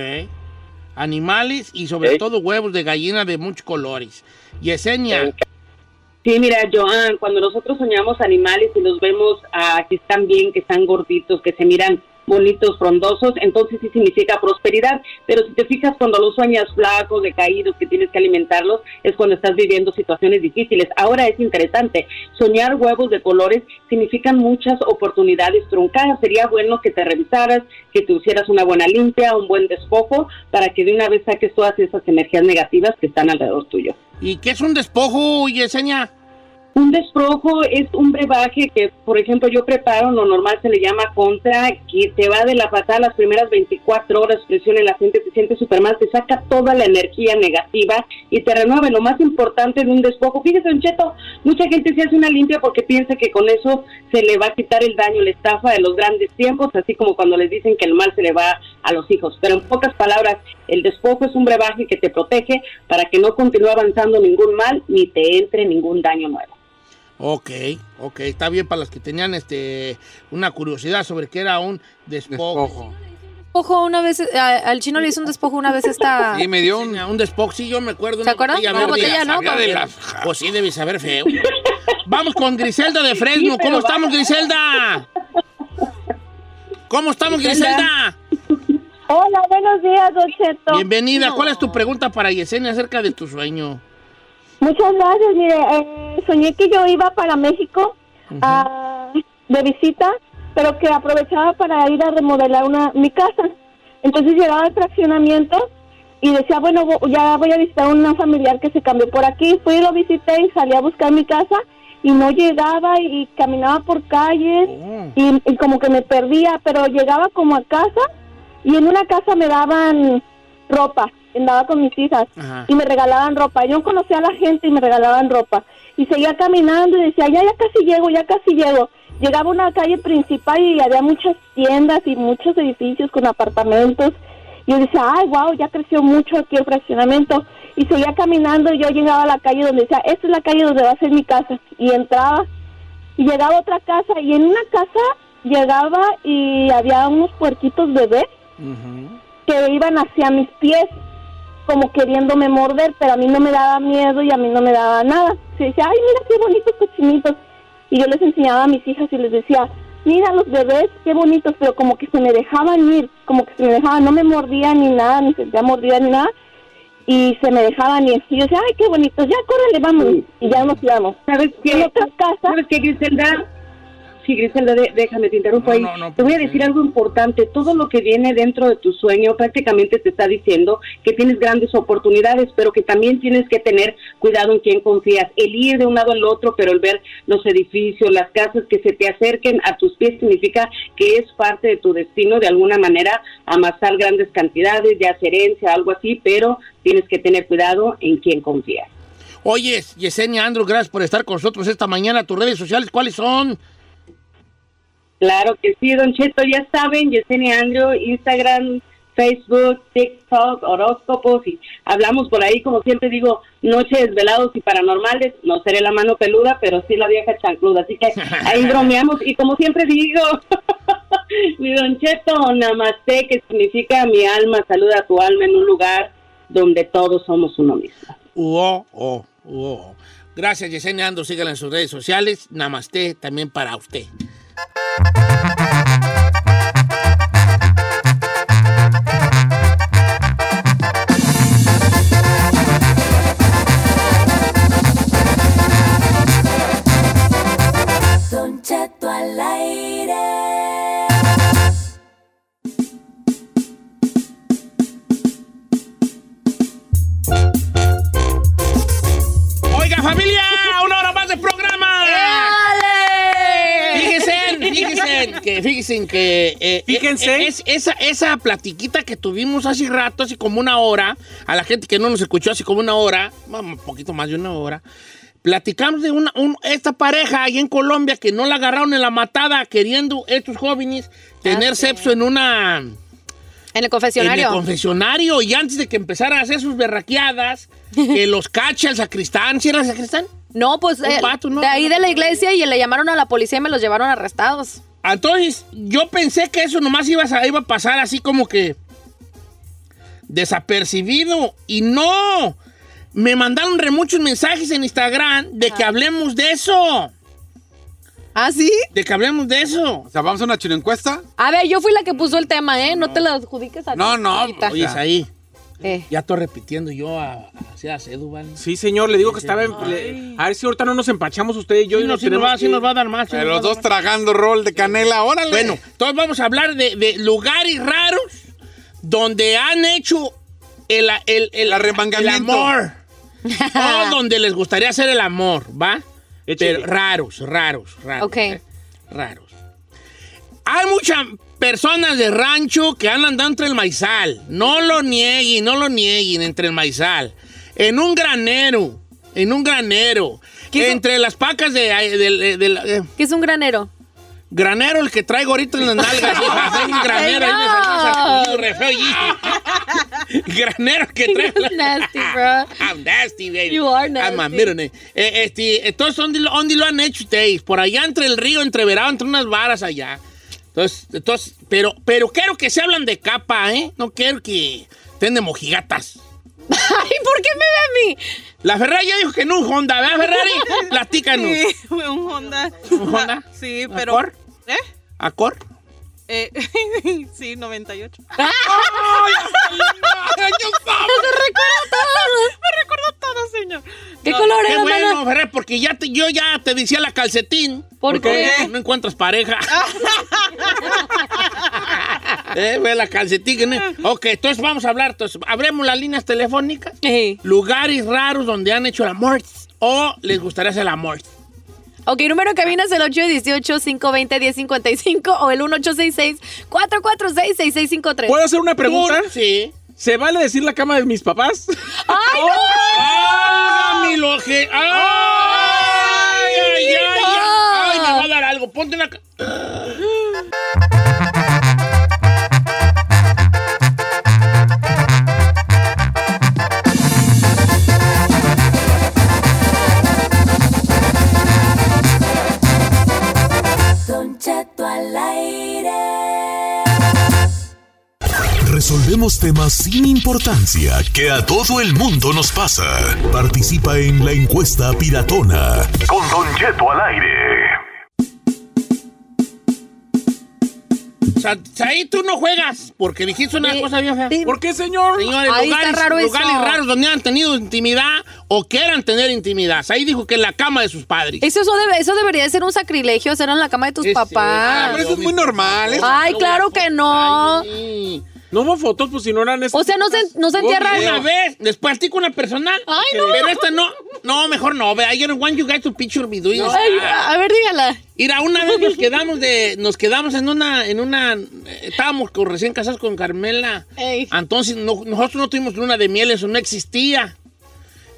[SPEAKER 2] Animales y sobre todo huevos de gallina de muchos colores. Yesenia.
[SPEAKER 10] Sí, mira, Joan, cuando nosotros soñamos animales y los vemos ah, que están bien, que están gorditos, que se miran bonitos, frondosos, entonces sí significa prosperidad. Pero si te fijas, cuando los sueñas flacos, decaídos, que tienes que alimentarlos, es cuando estás viviendo situaciones difíciles. Ahora es interesante, soñar huevos de colores significan muchas oportunidades truncadas. Sería bueno que te revisaras, que te hicieras una buena limpia, un buen despojo, para que de una vez saques todas esas energías negativas que están alrededor tuyo.
[SPEAKER 2] ¿Y qué es un despojo, Yesenia?
[SPEAKER 10] Un desprojo es un brebaje que, por ejemplo, yo preparo, lo normal se le llama contra, que te va de la patada las primeras 24 horas, presión en la gente, te sientes super mal, te saca toda la energía negativa y te renueva. Lo más importante de un despojo, fíjese, Don Cheto, mucha gente se hace una limpia porque piensa que con eso se le va a quitar el daño, la estafa de los grandes tiempos, así como cuando les dicen que el mal se le va a los hijos. Pero en pocas palabras, el despojo es un brebaje que te protege para que no continúe avanzando ningún mal ni te entre ningún daño nuevo.
[SPEAKER 2] Ok, ok, está bien para las que tenían este una curiosidad sobre qué era un despojo.
[SPEAKER 1] Ojo, una vez, a- al chino le hizo un despojo una vez esta...
[SPEAKER 2] Y me dio un, despojo, sí, yo me acuerdo.
[SPEAKER 1] Ah. ¿Se acuerdan? Una botella, ¿no?
[SPEAKER 2] sabía de la- Pues sí, debe saber feo. Vamos con Griselda de Fresno.
[SPEAKER 1] Sí, pero
[SPEAKER 2] ¿Cómo estamos,
[SPEAKER 1] vaya.
[SPEAKER 2] Griselda? ¿Cómo estamos, Griselda?
[SPEAKER 13] Griselda. Hola, buenos días, Don Cheto.
[SPEAKER 2] Bienvenida. ¿Cuál es tu pregunta para Yesenia acerca de tu sueño?
[SPEAKER 13] Muchas gracias. Mire, eh, soñé que yo iba para México ah, de visita, pero que aprovechaba para ir a remodelar una mi casa. Entonces llegaba al fraccionamiento y decía, bueno, vo- ya voy a visitar una familiar que se cambió por aquí. Fui y lo visité y salí a buscar mi casa y no llegaba y caminaba por calles y, y como que me perdía, pero llegaba como a casa y en una casa me daban ropa, andaba con mis hijas
[SPEAKER 2] Ajá.
[SPEAKER 13] y me regalaban ropa. Yo conocía a la gente y me regalaban ropa. Y seguía caminando y decía, ya, ya casi llego, ya casi llego. Llegaba a una calle principal y había muchas tiendas y muchos edificios con apartamentos. Y yo decía, ay, wow, ya creció mucho aquí el fraccionamiento. Y seguía caminando y yo llegaba a la calle donde decía, esta es la calle donde va a ser mi casa. Y entraba y llegaba a otra casa y en una casa llegaba y había unos puerquitos bebés que iban hacia mis pies como queriéndome morder, pero a mí no me daba miedo y a mí no me daba nada. Se decía, ay, mira qué bonitos cochinitos. Y yo les enseñaba a mis hijas y les decía, mira los bebés, qué bonitos, pero como que se me dejaban ir, como que se me dejaban, no me mordían ni nada, ni sentía mordida ni nada. Y se me dejaban ir. Y yo decía, ay, qué bonitos, ya córrele, vamos. Y ya nos íbamos.
[SPEAKER 10] ¿Sabes qué?
[SPEAKER 13] En otras casas,
[SPEAKER 10] ¿Sabes qué, Griselda? Sí, Griselda, de- déjame te interrumpo ahí. te voy a decir algo importante. Todo lo que viene dentro de tu sueño prácticamente te está diciendo que tienes grandes oportunidades, pero que también tienes que tener cuidado en quién confías. El ir de un lado al otro, pero el ver los edificios, las casas que se te acerquen a tus pies significa que es parte de tu destino de alguna manera amasar grandes cantidades, ya sea herencia, algo así, pero tienes que tener cuidado en quién confías.
[SPEAKER 2] Oye, Yesenia Andrew, gracias por estar con nosotros esta mañana. Tus redes sociales, ¿cuáles son?
[SPEAKER 10] Claro que sí, Don Cheto, ya saben, Yesenia Andrew, Instagram, Facebook, TikTok, horóscopos, y hablamos por ahí, como siempre digo, noches velados y paranormales, no seré la mano peluda, pero sí la vieja chancluda, así que ahí bromeamos, y como siempre digo, mi Don Cheto, namaste, que significa mi alma, saluda a tu alma en un lugar donde todos somos uno mismo.
[SPEAKER 2] Uo, oh, uo. Gracias, Yesenia Andro. Síganla en sus redes sociales. Namaste también para usted.
[SPEAKER 5] Don Cheto al aire.
[SPEAKER 2] ¡Oiga, familia! ¡Una hora más de programa! Fíjense, fíjense que, fíjense que. eh, eh, es- esa, esa platiquita que tuvimos hace rato, así como una hora, a la gente que no nos escuchó hace como una hora, vamos, un poquito más de una hora. Platicamos de una, un- esta pareja ahí en Colombia que no la agarraron en la matada queriendo estos jóvenes tener sexo en una...
[SPEAKER 1] En el confesionario.
[SPEAKER 2] En el confesionario. Y antes de que empezaran a hacer sus berraqueadas, que los cacha el sacristán. ¿Sí era el sacristán?
[SPEAKER 1] No, pues
[SPEAKER 2] Un
[SPEAKER 1] eh,
[SPEAKER 2] vato, ¿no?
[SPEAKER 1] de ahí de la iglesia y le llamaron a la policía y me los llevaron arrestados.
[SPEAKER 2] Entonces, yo pensé que eso nomás iba a, iba a pasar así como que desapercibido. Y no. Me mandaron re muchos mensajes en Instagram de que hablemos de eso.
[SPEAKER 1] ¿Ah, sí?
[SPEAKER 2] De que hablemos de eso.
[SPEAKER 3] O sea, vamos a una chino encuesta.
[SPEAKER 1] A ver, yo fui la que puso el tema, ¿eh? No, te lo adjudiques a ti,
[SPEAKER 3] No, pues, no,
[SPEAKER 1] ahorita.
[SPEAKER 2] Oye, es ahí.
[SPEAKER 1] Eh.
[SPEAKER 2] Ya estoy repitiendo yo a, a, a Sedu, ¿vale?
[SPEAKER 4] Sí, señor, le digo que estaba en... le- a ver si ahorita no nos empachamos usted y yo.
[SPEAKER 2] Sí,
[SPEAKER 4] y
[SPEAKER 2] no,
[SPEAKER 4] nos
[SPEAKER 2] sí nos
[SPEAKER 4] tenemos
[SPEAKER 2] va- sí
[SPEAKER 4] que-
[SPEAKER 2] nos va a dar más. sí
[SPEAKER 3] Pero
[SPEAKER 2] nos
[SPEAKER 3] Eh,
[SPEAKER 2] va
[SPEAKER 3] los
[SPEAKER 2] a dar
[SPEAKER 3] dos tragando rol de canela, órale.
[SPEAKER 2] Bueno, entonces vamos a hablar de, de lugares raros donde han hecho el, el, el, el amor. o donde les gustaría hacer el amor, ¿va? Pero raros, raros, raros.
[SPEAKER 1] Ok.
[SPEAKER 2] ¿eh? Raros. Hay muchas personas de rancho que han andado entre el maizal. No lo nieguen, no lo nieguen, entre el maizal. En un granero, en un granero. Entre las pacas de... de- de- de la- eh,
[SPEAKER 1] ¿Qué es un granero?
[SPEAKER 2] Granero el que traigo ahorita en las nalgas. hija. Soy un granero. Ahí me salió sacudido, re feo, y- Granero el que traigo.
[SPEAKER 1] Nasty, bro.
[SPEAKER 2] I'm nasty, baby.
[SPEAKER 1] You are
[SPEAKER 2] I'm a
[SPEAKER 1] nasty.
[SPEAKER 2] middle name. Eh, este, entonces, ¿dónde, lo- dónde lo han hecho ustedes? Por allá entre el río, entre verano, entre unas varas allá. Entonces, entonces pero, pero quiero que se hablan de capa, ¿eh? No quiero que estén de mojigatas.
[SPEAKER 1] Ay, ¿por qué me ve a mí?
[SPEAKER 2] La Ferrari ya dijo que no un Honda, ¿verdad, Ferrari? Platícanos.
[SPEAKER 7] Sí, fue un Honda. Ah,
[SPEAKER 2] ¿Un Honda?
[SPEAKER 7] Sí,
[SPEAKER 2] ¿Un
[SPEAKER 7] pero...
[SPEAKER 2] Accord?
[SPEAKER 7] ¿Eh?
[SPEAKER 2] ¿Acor?
[SPEAKER 7] Eh, sí, 98. Me recuerdo todo, señor. No,
[SPEAKER 2] qué bueno, Ferrer, porque ya te- yo ya te decía la calcetín.
[SPEAKER 1] ¿Por
[SPEAKER 2] Porque
[SPEAKER 1] qué?
[SPEAKER 2] No encuentras pareja. eh, ve la calcetín. que no- Ok, entonces vamos a hablar. Entonces, abremos las líneas telefónicas. Lugares raros donde han hecho el amor. O les gustaría hacer el amor.
[SPEAKER 1] Ok, número en cabina es el 818-520-1055 o el 1866-446-6653.
[SPEAKER 4] ¿Puedo hacer una pregunta?
[SPEAKER 2] Sí.
[SPEAKER 4] ¿Se vale decir la cama de mis papás?
[SPEAKER 1] ¡Ay,
[SPEAKER 2] ¡Ah, mi loje! ¡Ay, ay, ay! ¡Ay,
[SPEAKER 1] no!
[SPEAKER 2] me va a dar algo! Ponte una... ca-
[SPEAKER 5] Don Cheto al aire.
[SPEAKER 8] Resolvemos temas sin importancia que a todo el mundo nos pasa. Participa en la encuesta piratona.
[SPEAKER 9] Con Don Cheto al aire.
[SPEAKER 2] Sa- Saí, tú no juegas porque dijiste una cosa bien fea.
[SPEAKER 4] ¿Por qué, señor?
[SPEAKER 2] Señores,
[SPEAKER 4] Ahí está
[SPEAKER 2] lugares,
[SPEAKER 4] raro eso.
[SPEAKER 2] lugares raros donde han tenido intimidad o quieran tener intimidad. Ahí dijo que en la cama de sus padres.
[SPEAKER 1] Eso, eso, debe- eso debería de ser un sacrilegio, hacerlo en la cama de tus
[SPEAKER 4] Ah,
[SPEAKER 1] papás.
[SPEAKER 2] es muy normal.
[SPEAKER 1] Ay, claro que no.
[SPEAKER 4] No hubo fotos, pues si no eran esas.
[SPEAKER 1] O sea, no se, no se entierra
[SPEAKER 2] Una vez, después platico una personal.
[SPEAKER 1] Ay, no.
[SPEAKER 2] Pero esta no. No, mejor no. vea, I don't want you guys to picture me doing this.
[SPEAKER 1] Ay, a ver, dígala.
[SPEAKER 2] Mira, una vez nos quedamos de, nos quedamos en una, en una, eh, estábamos con- recién casados con Carmela.
[SPEAKER 1] Ey.
[SPEAKER 2] Entonces no- nosotros no tuvimos luna de miel, eso no existía.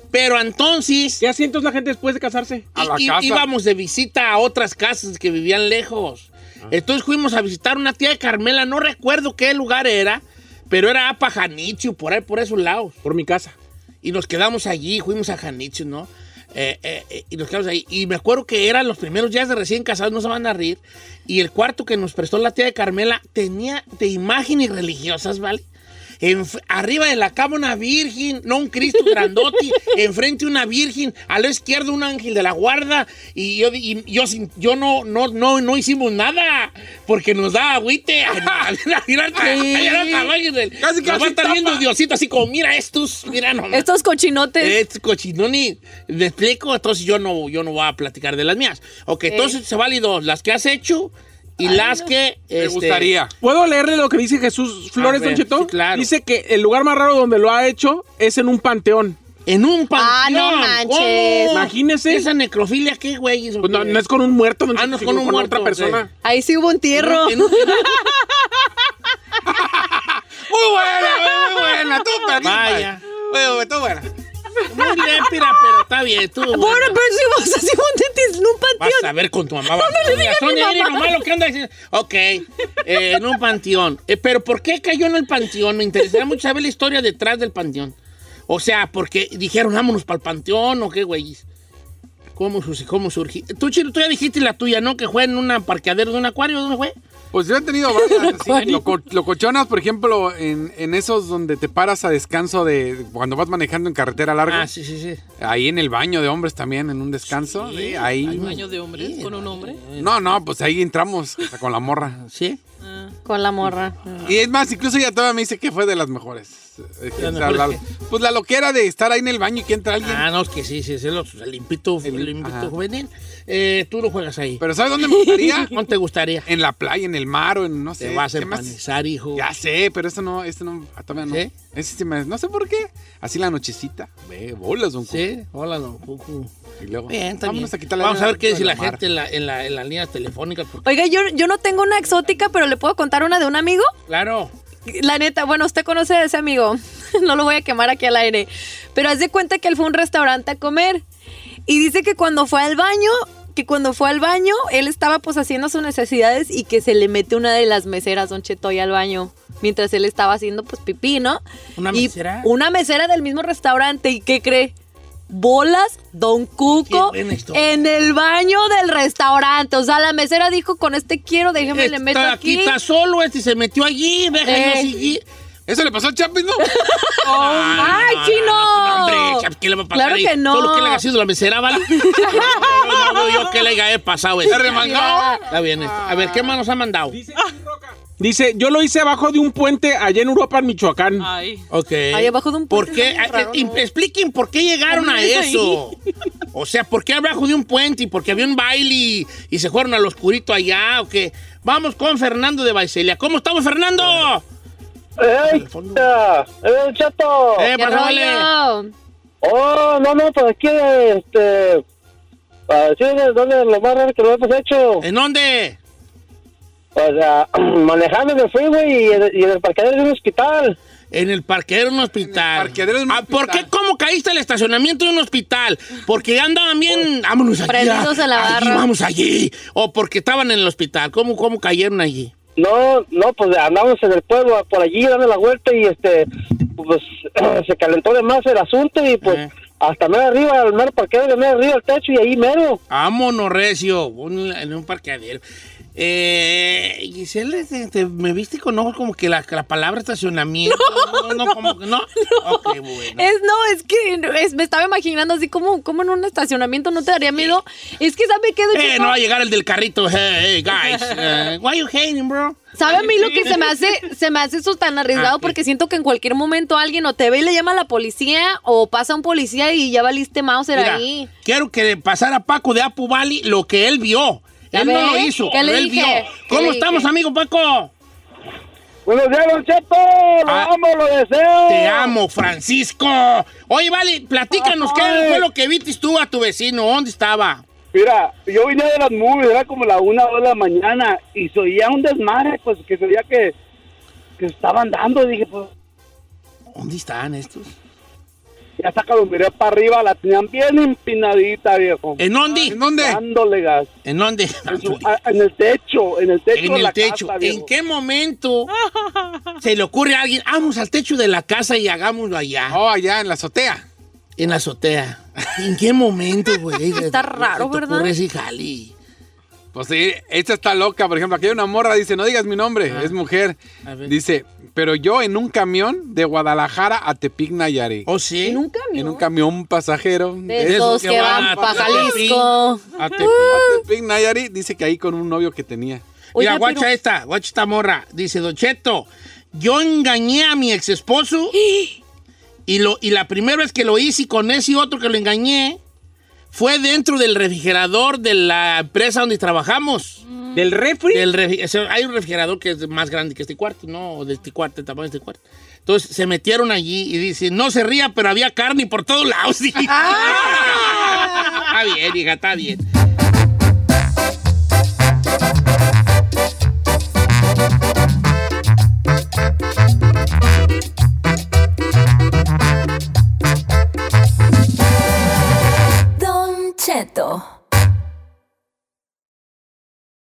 [SPEAKER 2] Pero entonces.
[SPEAKER 4] ¿Qué asientos la gente después de casarse?
[SPEAKER 2] Y- y- Íbamos de visita a otras casas que vivían lejos.
[SPEAKER 4] Ah.
[SPEAKER 2] Entonces fuimos a visitar una tía de Carmela, no recuerdo qué lugar era, pero era para Janitzio, por ahí, por esos lados.
[SPEAKER 4] Por mi casa.
[SPEAKER 2] Y nos quedamos allí, fuimos a Janitzio, ¿no? Eh, eh, eh, y nos quedamos ahí. Y me acuerdo que eran los primeros días de recién casados, no se van a reír. Y el cuarto que nos prestó la tía de Carmela tenía de imágenes religiosas, ¿vale? Enf- arriba de la cama una virgen, no un Cristo grandote, enfrente una virgen, a la izquierda un ángel de la guarda, y yo, y yo, sin- yo no, no, no, no hicimos nada, porque nos daba agüite. Casi que va a estar viendo Diosito así como, mira estos, mira nomás.
[SPEAKER 1] Estos cochinotes.
[SPEAKER 2] Estos cochinones, le explico, entonces yo no, yo no voy a platicar de las mías. Ok, entonces se vale dos, las que has hecho y las que... este,
[SPEAKER 4] ¿Puedo leerle lo que dice Jesús Flores,
[SPEAKER 2] ver,
[SPEAKER 4] Don Chetón?
[SPEAKER 2] sí, claro.
[SPEAKER 4] Dice que el lugar más raro donde lo ha hecho es en un panteón.
[SPEAKER 2] ¿En un panteón?
[SPEAKER 1] Ah, no manches.
[SPEAKER 4] Imagínese.
[SPEAKER 2] Esa necrofilia, ¿qué güey? Eso
[SPEAKER 4] Pues no,
[SPEAKER 2] qué?
[SPEAKER 4] no es con un muerto, don
[SPEAKER 2] Ah,
[SPEAKER 4] Cheto,
[SPEAKER 2] no es
[SPEAKER 4] sino
[SPEAKER 2] con un muerto,
[SPEAKER 4] otra persona.
[SPEAKER 1] Ahí sí hubo un tierro.
[SPEAKER 2] En un- en un-
[SPEAKER 3] Muy buena, muy buena, tú también.
[SPEAKER 2] Vaya. pues.
[SPEAKER 3] Muy buena, tú buena.
[SPEAKER 2] Muy lépira, pero está bien. Tú,
[SPEAKER 1] Bueno, pero si vas así, ponte en un panteón.
[SPEAKER 2] Vas a ver con tu mamá. vas
[SPEAKER 1] No, no
[SPEAKER 2] a-
[SPEAKER 1] le diga a mi
[SPEAKER 2] Sonia, eres
[SPEAKER 1] mamá.
[SPEAKER 2] nomás lo que anda diciendo. Ok, eh, en un panteón. Eh, pero ¿por qué cayó en el panteón? Me interesaría mucho saber la historia detrás del panteón. O sea, porque dijeron, vámonos para el panteón o qué, güey. ¿Cómo, sus- cómo surgió? Tú, Chino, tú ya dijiste la tuya, ¿no? Que fue en un parqueadero de un acuario, ¿dónde fue?
[SPEAKER 3] Pues yo he tenido varias. así, loco- locochonas, por ejemplo, en, en esos donde te paras a descanso de cuando vas manejando en carretera larga.
[SPEAKER 2] Ah, sí, sí, sí.
[SPEAKER 3] Ahí en el baño de hombres también, en un descanso. sí, ahí.
[SPEAKER 7] ¿Hay baño de hombres con un hombre?
[SPEAKER 3] No, no, pues ahí entramos o sea, con la morra.
[SPEAKER 2] Sí.
[SPEAKER 14] Con la morra.
[SPEAKER 3] Y es más, incluso ella todavía me dice que fue de las mejores. Eh,
[SPEAKER 2] ¿De las
[SPEAKER 3] o sea, la-
[SPEAKER 2] mejores
[SPEAKER 3] pues la loquera de estar ahí en el baño y que entra alguien.
[SPEAKER 2] Ah, no, es que sí, sí, sí, los limpito, limpito
[SPEAKER 3] ajá.
[SPEAKER 2] juvenil. Eh, tú no juegas ahí.
[SPEAKER 3] Pero ¿sabes dónde me gustaría?
[SPEAKER 2] ¿Dónde te gustaría?
[SPEAKER 3] En la playa, en el mar o en no sé.
[SPEAKER 2] Te vas a
[SPEAKER 3] ¿qué más?
[SPEAKER 2] empanizar, hijo.
[SPEAKER 3] Ya sé, pero esto no, esto no, ah, todavía no. Ese sí me- no sé por qué. Así la nochecita. Ve, bolas, don Cuco.
[SPEAKER 2] Sí, hola, don Cucu.
[SPEAKER 3] Y luego,
[SPEAKER 2] Bien, está
[SPEAKER 3] vámonos
[SPEAKER 2] bien.
[SPEAKER 3] a quitarle
[SPEAKER 2] Vamos a ver qué dice
[SPEAKER 3] de
[SPEAKER 2] la
[SPEAKER 3] mar.
[SPEAKER 2] gente en, la, en, la, en las líneas telefónicas. porque-
[SPEAKER 1] Oiga, yo, yo no tengo una exótica, pero le puedo contar una de un amigo.
[SPEAKER 2] claro.
[SPEAKER 1] La neta, bueno, usted conoce a ese amigo. No lo voy a quemar aquí al aire. Pero haz de cuenta que él fue a un restaurante a comer. Y dice que cuando fue al baño, que cuando fue al baño, él estaba pues haciendo sus necesidades y que se le mete una de las meseras, Don Chetoy, al baño. Mientras él estaba haciendo pues pipí, ¿no?
[SPEAKER 2] ¿Una
[SPEAKER 1] Y
[SPEAKER 2] mesera?
[SPEAKER 1] una mesera del mismo restaurante. ¿Y qué cree? Bolas, Don Cuco,
[SPEAKER 2] buena historia.
[SPEAKER 1] en el baño del restaurante. O sea, la mesera dijo, con este quiero, déjeme, le meto
[SPEAKER 2] Está
[SPEAKER 1] aquí.
[SPEAKER 2] aquí, está solo este, se metió allí, déjalo
[SPEAKER 1] Eh.
[SPEAKER 2] seguir.
[SPEAKER 3] Eso le pasó al Chapis, ¿no?
[SPEAKER 1] ¡Oh, my, chino!
[SPEAKER 2] hombre, Chapis, ¿qué le va a pasar
[SPEAKER 1] Claro
[SPEAKER 2] ahí?
[SPEAKER 1] que no.
[SPEAKER 2] Solo que le haya sido la mesera, ¿vale? no, no, no, yo que le haya pasado.
[SPEAKER 4] ¿Se remangó?
[SPEAKER 2] Está bien. este. A ver, ¿qué más nos ha mandado?
[SPEAKER 4] Dice, yo lo hice abajo de un puente allá en Europa, en Michoacán.
[SPEAKER 2] Ok.
[SPEAKER 1] Ahí abajo de un
[SPEAKER 2] ¿Por
[SPEAKER 1] puente
[SPEAKER 2] qué?
[SPEAKER 1] está bien
[SPEAKER 2] Eh,
[SPEAKER 1] raro,
[SPEAKER 2] eh,
[SPEAKER 1] ¿no?
[SPEAKER 2] Expliquen por qué llegaron
[SPEAKER 1] ¿Cómo
[SPEAKER 2] a
[SPEAKER 1] llegas ahí?
[SPEAKER 2] eso. O sea, ¿por qué abajo de un puente y por qué había un baile y, y se fueron al oscurito allá o qué? Vamos con Fernando de Baicelia. ¿Cómo estamos, Fernando?
[SPEAKER 15] ¡Ey! ¡Eh, el chato!
[SPEAKER 2] Eh, ¿Qué pásale.
[SPEAKER 15] Oh, no, no, pues aquí, este... Para decirles dónde es lo más raro que lo hemos hecho.
[SPEAKER 2] ¿En dónde?
[SPEAKER 15] Pues ah, manejando en el freeway y en, y en el parqueadero de un hospital.
[SPEAKER 2] En el parqueadero de un hospital. Ah, ¿Por qué cómo caíste al estacionamiento de un hospital? Porque ya andaban bien, vámonos allá.
[SPEAKER 1] Prendidos en la
[SPEAKER 2] allí,
[SPEAKER 1] barra.
[SPEAKER 2] vamos allí. O porque estaban en el hospital. ¿Cómo, cómo cayeron allí?
[SPEAKER 15] No, no, pues andamos en el pueblo ah, por allí dando la vuelta y este, pues se calentó de más el asunto y pues hasta mero arriba, al mero parqueo de mero arriba al techo y ahí mero.
[SPEAKER 2] Vámonos, Recio, un- en un parqueadero. Eh, Giselle, te- te- me viste con ojos como que la, que la palabra estacionamiento. No, no, como que no. Ok, bueno.
[SPEAKER 1] Es, no, es que es- me estaba imaginando así como, como en un estacionamiento, ¿no te daría miedo? Es que sabe qué? Don
[SPEAKER 2] Eh,
[SPEAKER 1] Cheto?
[SPEAKER 2] no va a llegar el del carrito. Hey, hey, guys. Eh, why you hating, bro? Ah,
[SPEAKER 1] ¿Sabe a mí lo que se me hace? Se me hace eso tan arriesgado porque siento que en cualquier momento alguien o te ve y le llama a la policía o pasa un policía y ya valiste Mauser
[SPEAKER 2] Mira,
[SPEAKER 1] ahí.
[SPEAKER 2] quiero que le pasara a Paco de Apu Valley lo que él vio.
[SPEAKER 1] ¿Ya
[SPEAKER 2] Él no
[SPEAKER 1] ves?
[SPEAKER 2] lo hizo,
[SPEAKER 1] ¿Qué le
[SPEAKER 2] pero él
[SPEAKER 1] dije?
[SPEAKER 2] vio.
[SPEAKER 1] ¿Qué
[SPEAKER 2] ¿Cómo
[SPEAKER 1] le
[SPEAKER 2] estamos,
[SPEAKER 1] dije?
[SPEAKER 2] amigo Paco?
[SPEAKER 15] Buenos días, don Cheto, lo amo, lo deseo.
[SPEAKER 2] Ah, Te amo, Francisco. Oye, vale, platícanos, ¿qué
[SPEAKER 16] Ay.
[SPEAKER 2] fue lo que viste tú a tu vecino? ¿Dónde estaba?
[SPEAKER 16] Mira, yo vine de las nubes, era como la una o de la mañana, y se oía un desmadre, pues que se oía que, que estaban dando. Dije, pues
[SPEAKER 2] ¿Dónde están estos?
[SPEAKER 16] ya saca lo miré para arriba, la tenían bien empinadita, viejo.
[SPEAKER 2] ¿En dónde?
[SPEAKER 16] ¿En dónde? Dándole gas.
[SPEAKER 2] ¿En dónde?
[SPEAKER 16] En, su- a- en el techo, en el techo.
[SPEAKER 2] En
[SPEAKER 16] de la
[SPEAKER 2] el techo.
[SPEAKER 16] casa, viejo.
[SPEAKER 2] ¿En qué momento se le ocurre a alguien, vamos al techo de la casa y hagámoslo allá? Oh, allá, en la azotea. En la azotea. ¿En qué momento, güey?
[SPEAKER 1] Está raro,
[SPEAKER 2] ¿Se te
[SPEAKER 1] ¿verdad?
[SPEAKER 2] ocurre ese jali?
[SPEAKER 3] Pues sí, esta está loca. Por ejemplo, aquí hay una morra, dice, no digas mi nombre,
[SPEAKER 2] Ah,
[SPEAKER 3] es mujer. Dice, pero yo en un camión de Guadalajara a Tepic, Nayarit.
[SPEAKER 2] ¿Oh, sí? ¿En
[SPEAKER 1] un camión?
[SPEAKER 3] En un camión pasajero.
[SPEAKER 1] De esos que van pa' Jalisco.
[SPEAKER 3] A Tepic, a Tepic, Nayarit. Dice que ahí con un novio que tenía.
[SPEAKER 2] Mira, guacha esta, guacha esta morra. Dice, Don Cheto, yo engañé a mi ex esposo y, lo, y la primera vez que lo hice y con ese otro que lo engañé fue dentro del refrigerador de la empresa donde trabajamos.
[SPEAKER 4] Mm. ¿Del refri?
[SPEAKER 2] Del refri- o sea, hay un refrigerador que es más grande que este cuarto, ¿no? O de este cuarto, de tamaño de este cuarto. Entonces se metieron allí y dice, no se
[SPEAKER 4] ¡Ah!
[SPEAKER 2] ría, pero había carne por todos lados. Está bien, hija, está bien.